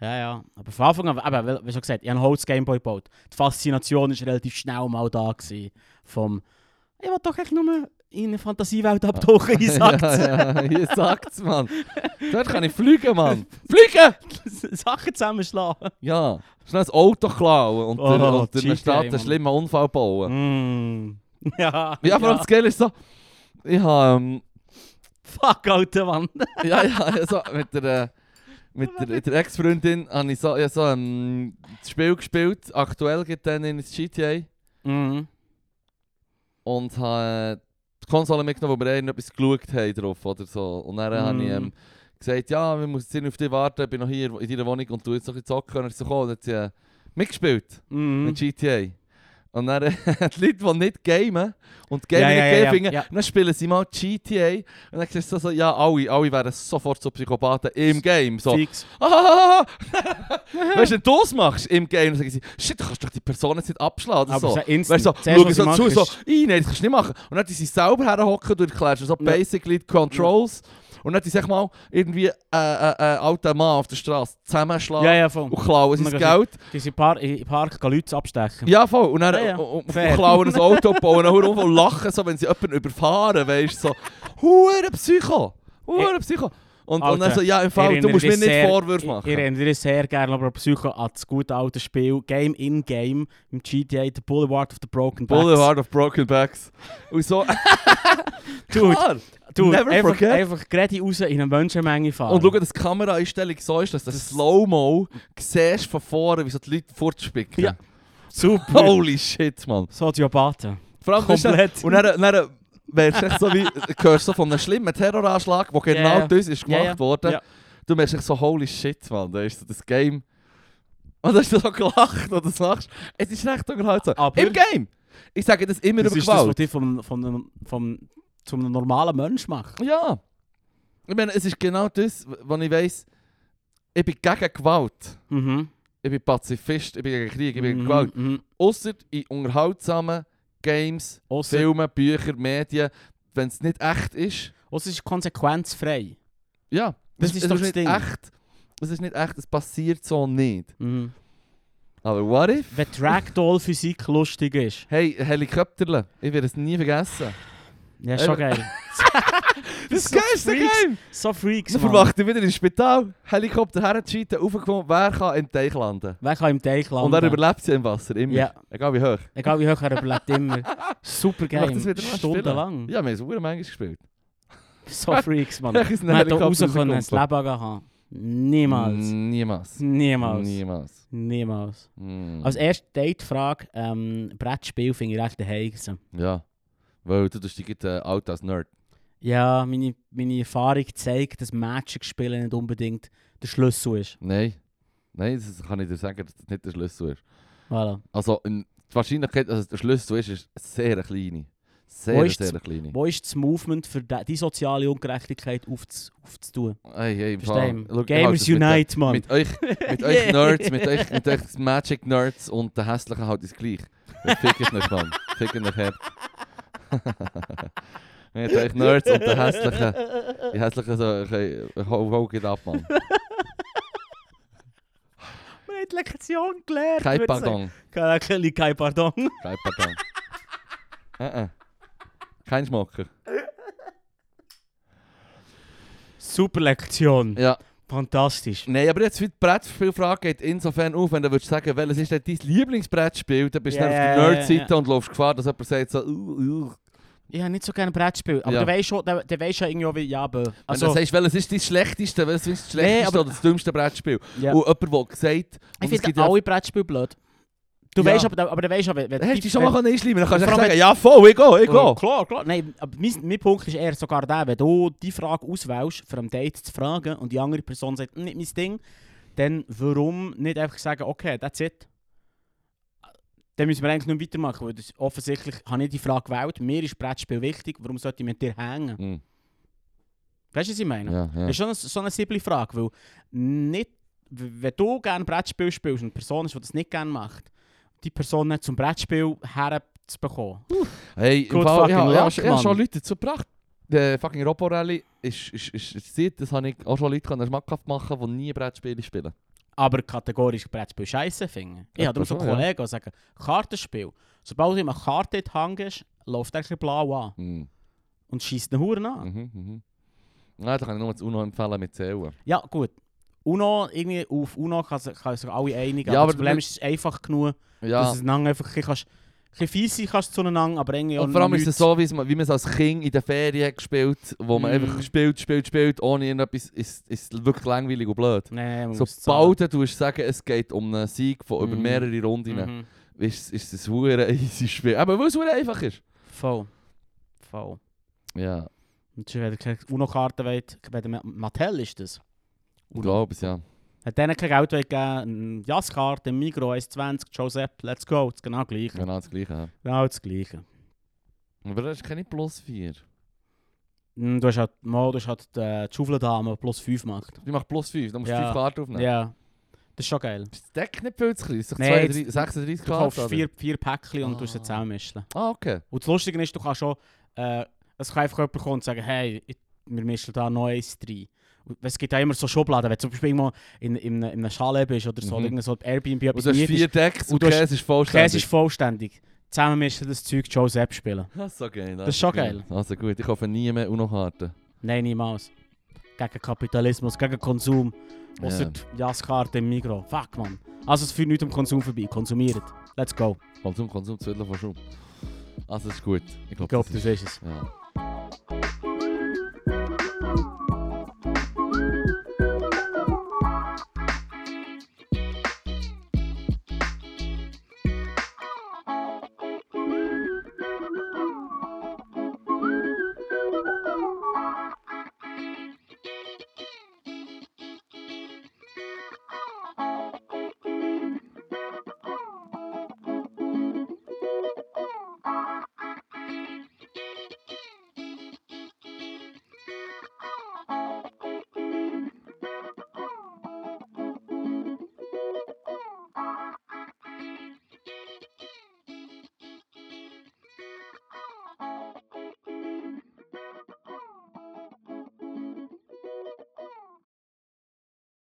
Ja, ja. Aber von Anfang an, eben, weil- wie schon gesagt, ich habe ein Holz Gameboy gebaut. Die Faszination war relativ schnell mal da. Gewesen, vom, ich will doch echt nur in eine Fantasiewelt abtauchen, ich sag's.
Ah. Ja, ja, hier sagt's, Mann. Dort kann ich fliegen, Mann. Fliegen!
Sachen zusammenschlagen.
Ja. Schnell das Auto klauen und,
Oh,
der, und der
GTA,
Stadt einen
Mann.
schlimmen Unfall bauen.
Mm. Ja,
Ja, aber das Geile ist so... Ich habe... Ähm,
Fuck, alter Mann.
ja, ja, ja, so mit der... äh, Mit der, mit der Ex-Freundin habe ich so, ja, so ähm, das Spiel gespielt. Aktuell geht dann in das GTA. Mm.
Mhm.
und habe äh, die Konsole mitgenommen, wo wir irgendetwas geschaut haben drauf oder so. Und dann habe ich
Mm.
ähm, gesagt, ja, wir müssen jetzt auf dich warten, ich bin noch hier in deiner Wohnung und du jetzt noch ein bisschen zocken. Und er ist so gekommen und hat sie, äh, mitgespielt
Mhm.
mit GTA. Und dann äh, die Leute, die nicht gamen und die
Ja,
Gamer
ja,
nicht
ja,
geil
ja,
finden,
ja.
dann spielen sie mal GTA. Und dann siehst du so, so, ja, alle, alle wären sofort so Psychopathen im Game. So,
Fix.
ah, weißt du, wenn du das machst im Game, dann sagen sie, shit, du kannst doch die Person jetzt nicht abschlagen.
Aber
Oder so.
so instant.
Weißt du,
Zuerst,
so,
was
schau
ich
so zu,
mache,
so,
ist-
«Ih, nein, das kannst du nicht machen. Und dann die sie selber herhocken und erklärst so
Ja.
basically die Controls. Und dann die sag mal, irgendwie äh, äh, äh, alter Mann auf der Straße zusammenschlagen
Ja, ja, voll.
und klauen sein
Mega
Geld.
Die sind Par in in Park gehen Leute abstechen.
Ja, voll. Und dann
Ja, ja.
und- und- und
Fair.
klauen ein Auto, bauen einen Huruf und lachen, so, wenn sie jemanden überfahren, weißt du, so. Hure Psycho! Hure Psycho! Und, und dann
Alter,
so, ja, im Fall, du
erinnere
musst mir
mich
nicht
sehr-
Vorwürfe
Ich-
machen.
Ich erinnere mich sehr gerne aber Psycho an das gute alte Spiel Game in Game im GTA The Boulevard of the Broken Backs.
Boulevard of Broken Backs. Und so,
Dude,
klar.
dude
never
einfach,
forget.
einfach gerade raus in eine Menschenmenge fahren.
Und schau, dass die Kameraeinstellung so ist, dass du das Slow-Mo siehst von vorne, wie so die Leute fortspicken.
Ja. Super.
Holy shit, Mann.
Soziopathen.
Vor allem Oh. ist dann,
Komplett.
und dann, dann wärst du echt so wie, du hörst so von einem schlimmen Terroranschlag, der genau
Ja, ja.
das ist gemacht
Ja, ja.
worden.
Ja.
Du merkst echt so, holy shit, Mann, da ist so das Game. Und da hast du so gelacht, oder das machst. Es ist recht unterhaltsam.
Aber-
Im Game! Ich sage das immer
Das
über
ist das, was
Gewalt.
dich vom, vom, vom, zum normalen Mensch macht.
ja. Ich meine, es ist genau das, was ich weiss, ich bin gegen Gewalt.
Mhm.
ich bin Pazifist, ich bin gegen Krieg, ich bin gegen
Mhm,
Gewalt.
mhm.
Ausser in unterhaltsamen Games,
Ausser-
Filmen, Büchern, Medien, wenn es nicht echt ist.
Und es ist konsequenzfrei.
Ja, dus
Das
es-
ist
es
doch
ist
das
nicht
Ding.
echt. Es ist nicht echt, es passiert so nicht.
Mhm.
Aber Nou, what if?
Wenn die Ragdoll-Physik lustig ist.
Hey, Helikopterle, ich werde es nie vergessen.
Ja, ist schon
Eben.
geil.
Das
so
geilste
Freaks.
Game!
So Freaks,
So
Mann.
verwacht ich wieder ins Spital, Helikopter hergeschaltet, raufgekommen, wer kann im Teich landen?
Wer kann im Teich landen?
Und er überlebt sie im Wasser, immer.
Ja.
Egal wie hoch.
Egal wie hoch er überlebt, immer. Super
Ich mach das
Game.
wieder mal
Stundenlang.
Ja, wir haben es verdammt manchmal gespielt.
So Freaks, Mann.
Ich ist ein
Man hätte hier raus
Helikopter
können, das
rausgekommen.
Leben haben.
Mm.
Niemals.
Niemals.
Niemals.
Niemals.
Niemals.
Mm.
Als e- erste Date-Frage, ähm, Brettspiel finde ich recht der Heigsen.
ja. Weil du bist dich äh, alt als Nerd.
Ja, meine, meine Erfahrung zeigt, dass Magic-Spielen nicht unbedingt der Schlüssel ist.
dus Nein. Nein, das kann ich dir sagen, dass das nicht der Schlüssel ist.
Voilà.
Also in, die Wahrscheinlichkeit, also der Schlüssel ist, ist sehr kleine.
Wo
Sehr,
ist
sehr kleine.
Wo ist das Movement für die, die soziale Ungerechtigkeit aufz, aufzutun?
Ey, ey, im Fall.
Verstehst
Schau,
du?
ich halte
Gamers
das mit der-
Unite, Mann.
Mit euch, mit euch Nerds, mit euch, mit euch Magic Nerds und den hässlichen halt ist gleich. Dann Fickt euch, Mann. Fickt euch hart. mit euch Nerds und den hässlichen. Die hässlichen so, okay, hau, hau geht ab, Mann.
Wir haben die Lektion gelernt.
Kein
würde ich sagen.
Pardon.
Kein, kein Pardon.
Kein Pardon. Äh, äh. Kein Schmacker.
Super Lektion.
Ja.
Fantastisch.
Nein, aber jetzt wird die Brettspielfrage geht insofern auf, wenn du würdest sagen, welches ist denn dein Lieblingsbrettspiel, dann bist du
Ja,
dann auf
ja,
der
ja,
Nerd-Seite
ja.
und läufst Gefahr, dass jemand sagt so, uh, uh.
Ich habe nicht so gerne Brettspiel. Aber
Ja.
du weißt schon, du, du weißt ja irgendwie, auch, wie- ja, aber.
Also,
Also,
wenn du sagst, welches ist dein schlechteste, welches ist das
Nee,
schlechteste
aber-
oder das dümmste Brettspiel?
ja.
Und jemand, der sagt,
ich
und es gibt
finde
ja-
alle Brettspiele blöd. Du
Ja.
weißt aber, aber du weißt aber, wenn
hast du dich schon mal können einschleimen Dann kannst du
Vor
echt sagen,
allem
ja voll, ich gehe, ich gehe.
Klar, klar. Nein, aber mein, mein Punkt ist eher sogar der, wenn du die Frage auswählst, für ein Date zu fragen und die andere Person sagt, «Mm, nicht mein Ding, dann warum nicht einfach sagen, okay, that's it. Dann müssen wir eigentlich nicht mehr weitermachen, weil das, offensichtlich habe ich die Frage gewählt, mir ist Brettspiel wichtig, warum sollte ich mit dir hängen?
Hm,
Weißt du, was ich meine?
Ja, ja.
Das ist schon eine, so eine simple Frage, weil nicht, w- wenn du gerne Brettspiel spielst und eine Person ist, die das nicht gerne macht, die Person nicht zum Brettspiel herzubekommen.
Hey, im
Good
Fall, ich
fucking
habe ich habe
luck,
schon- ich habe schon
Mann.
Leute dazu gebracht. Der fucking Robo Rally ist, ist, ist, ist Zeit, das habe ich auch schon Leute können schmackhaft machen, die nie Brettspiele spielen.
aber kategorisch Brettspiel scheiße finden. Ich
Ja,
habe darum so
schon, ja.
Kollegen, die sagen, Kartenspiel. Sobald du ihm eine Karte in die Hand gibst, läuft er ein bisschen blau an
Hm,
und schießt den Huren an.
Mhm, mhm. Nein, da kann ich nur das UNO empfehlen mit Zählen.
Ja, gut. Uno, irgendwie auf Uno kann sich kann sich alle einigen.
Ja,
aber das
aber
Problem
du-
ist, es ist einfach genug, dass
Ja,
es einander einfach ein bisschen, kannst, ein bisschen fies sein kannst zueinander, aber irgendwie
und vor allem ist
nichts.
es so, wie es man- wie man es als Kind in den Ferien gespielt wo man
Mhm.
einfach spielt, spielt, spielt, ohne irgendetwas, ist, ist wirklich langweilig und blöd.
Nee, man muss
Sobald du tust sagen, es geht um einen Sieg von über
Mhm.
mehrere Runden,
zahlen. Mhm.
ist, ist es ein hure easy Ah, Spiel. Aber weil es hure einfach ist.
Voll. Voll.
Ja,
Und schon wieder gesagt, Uno-Karten wollt, bei dem Mattel ist das.
ich glaube es, ja.
Hat denen kein Geld weggegeben, eine Jaskarte, ein Migro 1,20, Joseph, let's go, das ist genau das Gleiche.
Genau das Gleiche. ja.
Genau das Gleiche.
Aber das ist keine Plus 4.
Hm, Du hast halt, mal, du hast halt äh, die Schaufeldame plus 5 gemacht.
Die macht Plus 5, dann musst du
Ja.
5 Karten aufnehmen.
Ja. Das ist schon geil.
Ist das Deck nicht viel zu klein? Ist doch
Nein,
32
jetzt-
36
Du
Karten?
kaufst
oder?
vier, vier Päckchen und tust sie
Ah.
zusammenmischen.
Ah, okay.
Und das Lustige ist, du kannst schon, äh, es kann einfach jemand kommen und sagen, hey, ich, wir mischen da noch eins rein. Und Es gibt ja immer so Schubladen, wenn du zum Beispiel irgendwo in, in, in einer Schale bist oder so,
Mhm.
oder irgendein so Airbnb
Und
etwas
du hast
mietest.
4 Decks und
Und du hast-
Käse ist
Käse
vollständig.
ist vollständig. Zusammenmischen das Zeug Joseph spielen.
Das ist so geil.
Das ist schon geil.
Also gut, ich kaufe nie mehr UNO-Karten.
Nein, niemals. Gegen Kapitalismus, gegen Konsum. Außer
Ja.
die Jaskarte im Migro. Fuck, man. Also es führt nichts am Konsum vorbei. Konsumiert. Let's go.
Konsum, Konsum, Zwiddler von Schum. Also das ist gut. Ich
Ich
glaube,
glaube,
das ist...
das ist es.
Ja.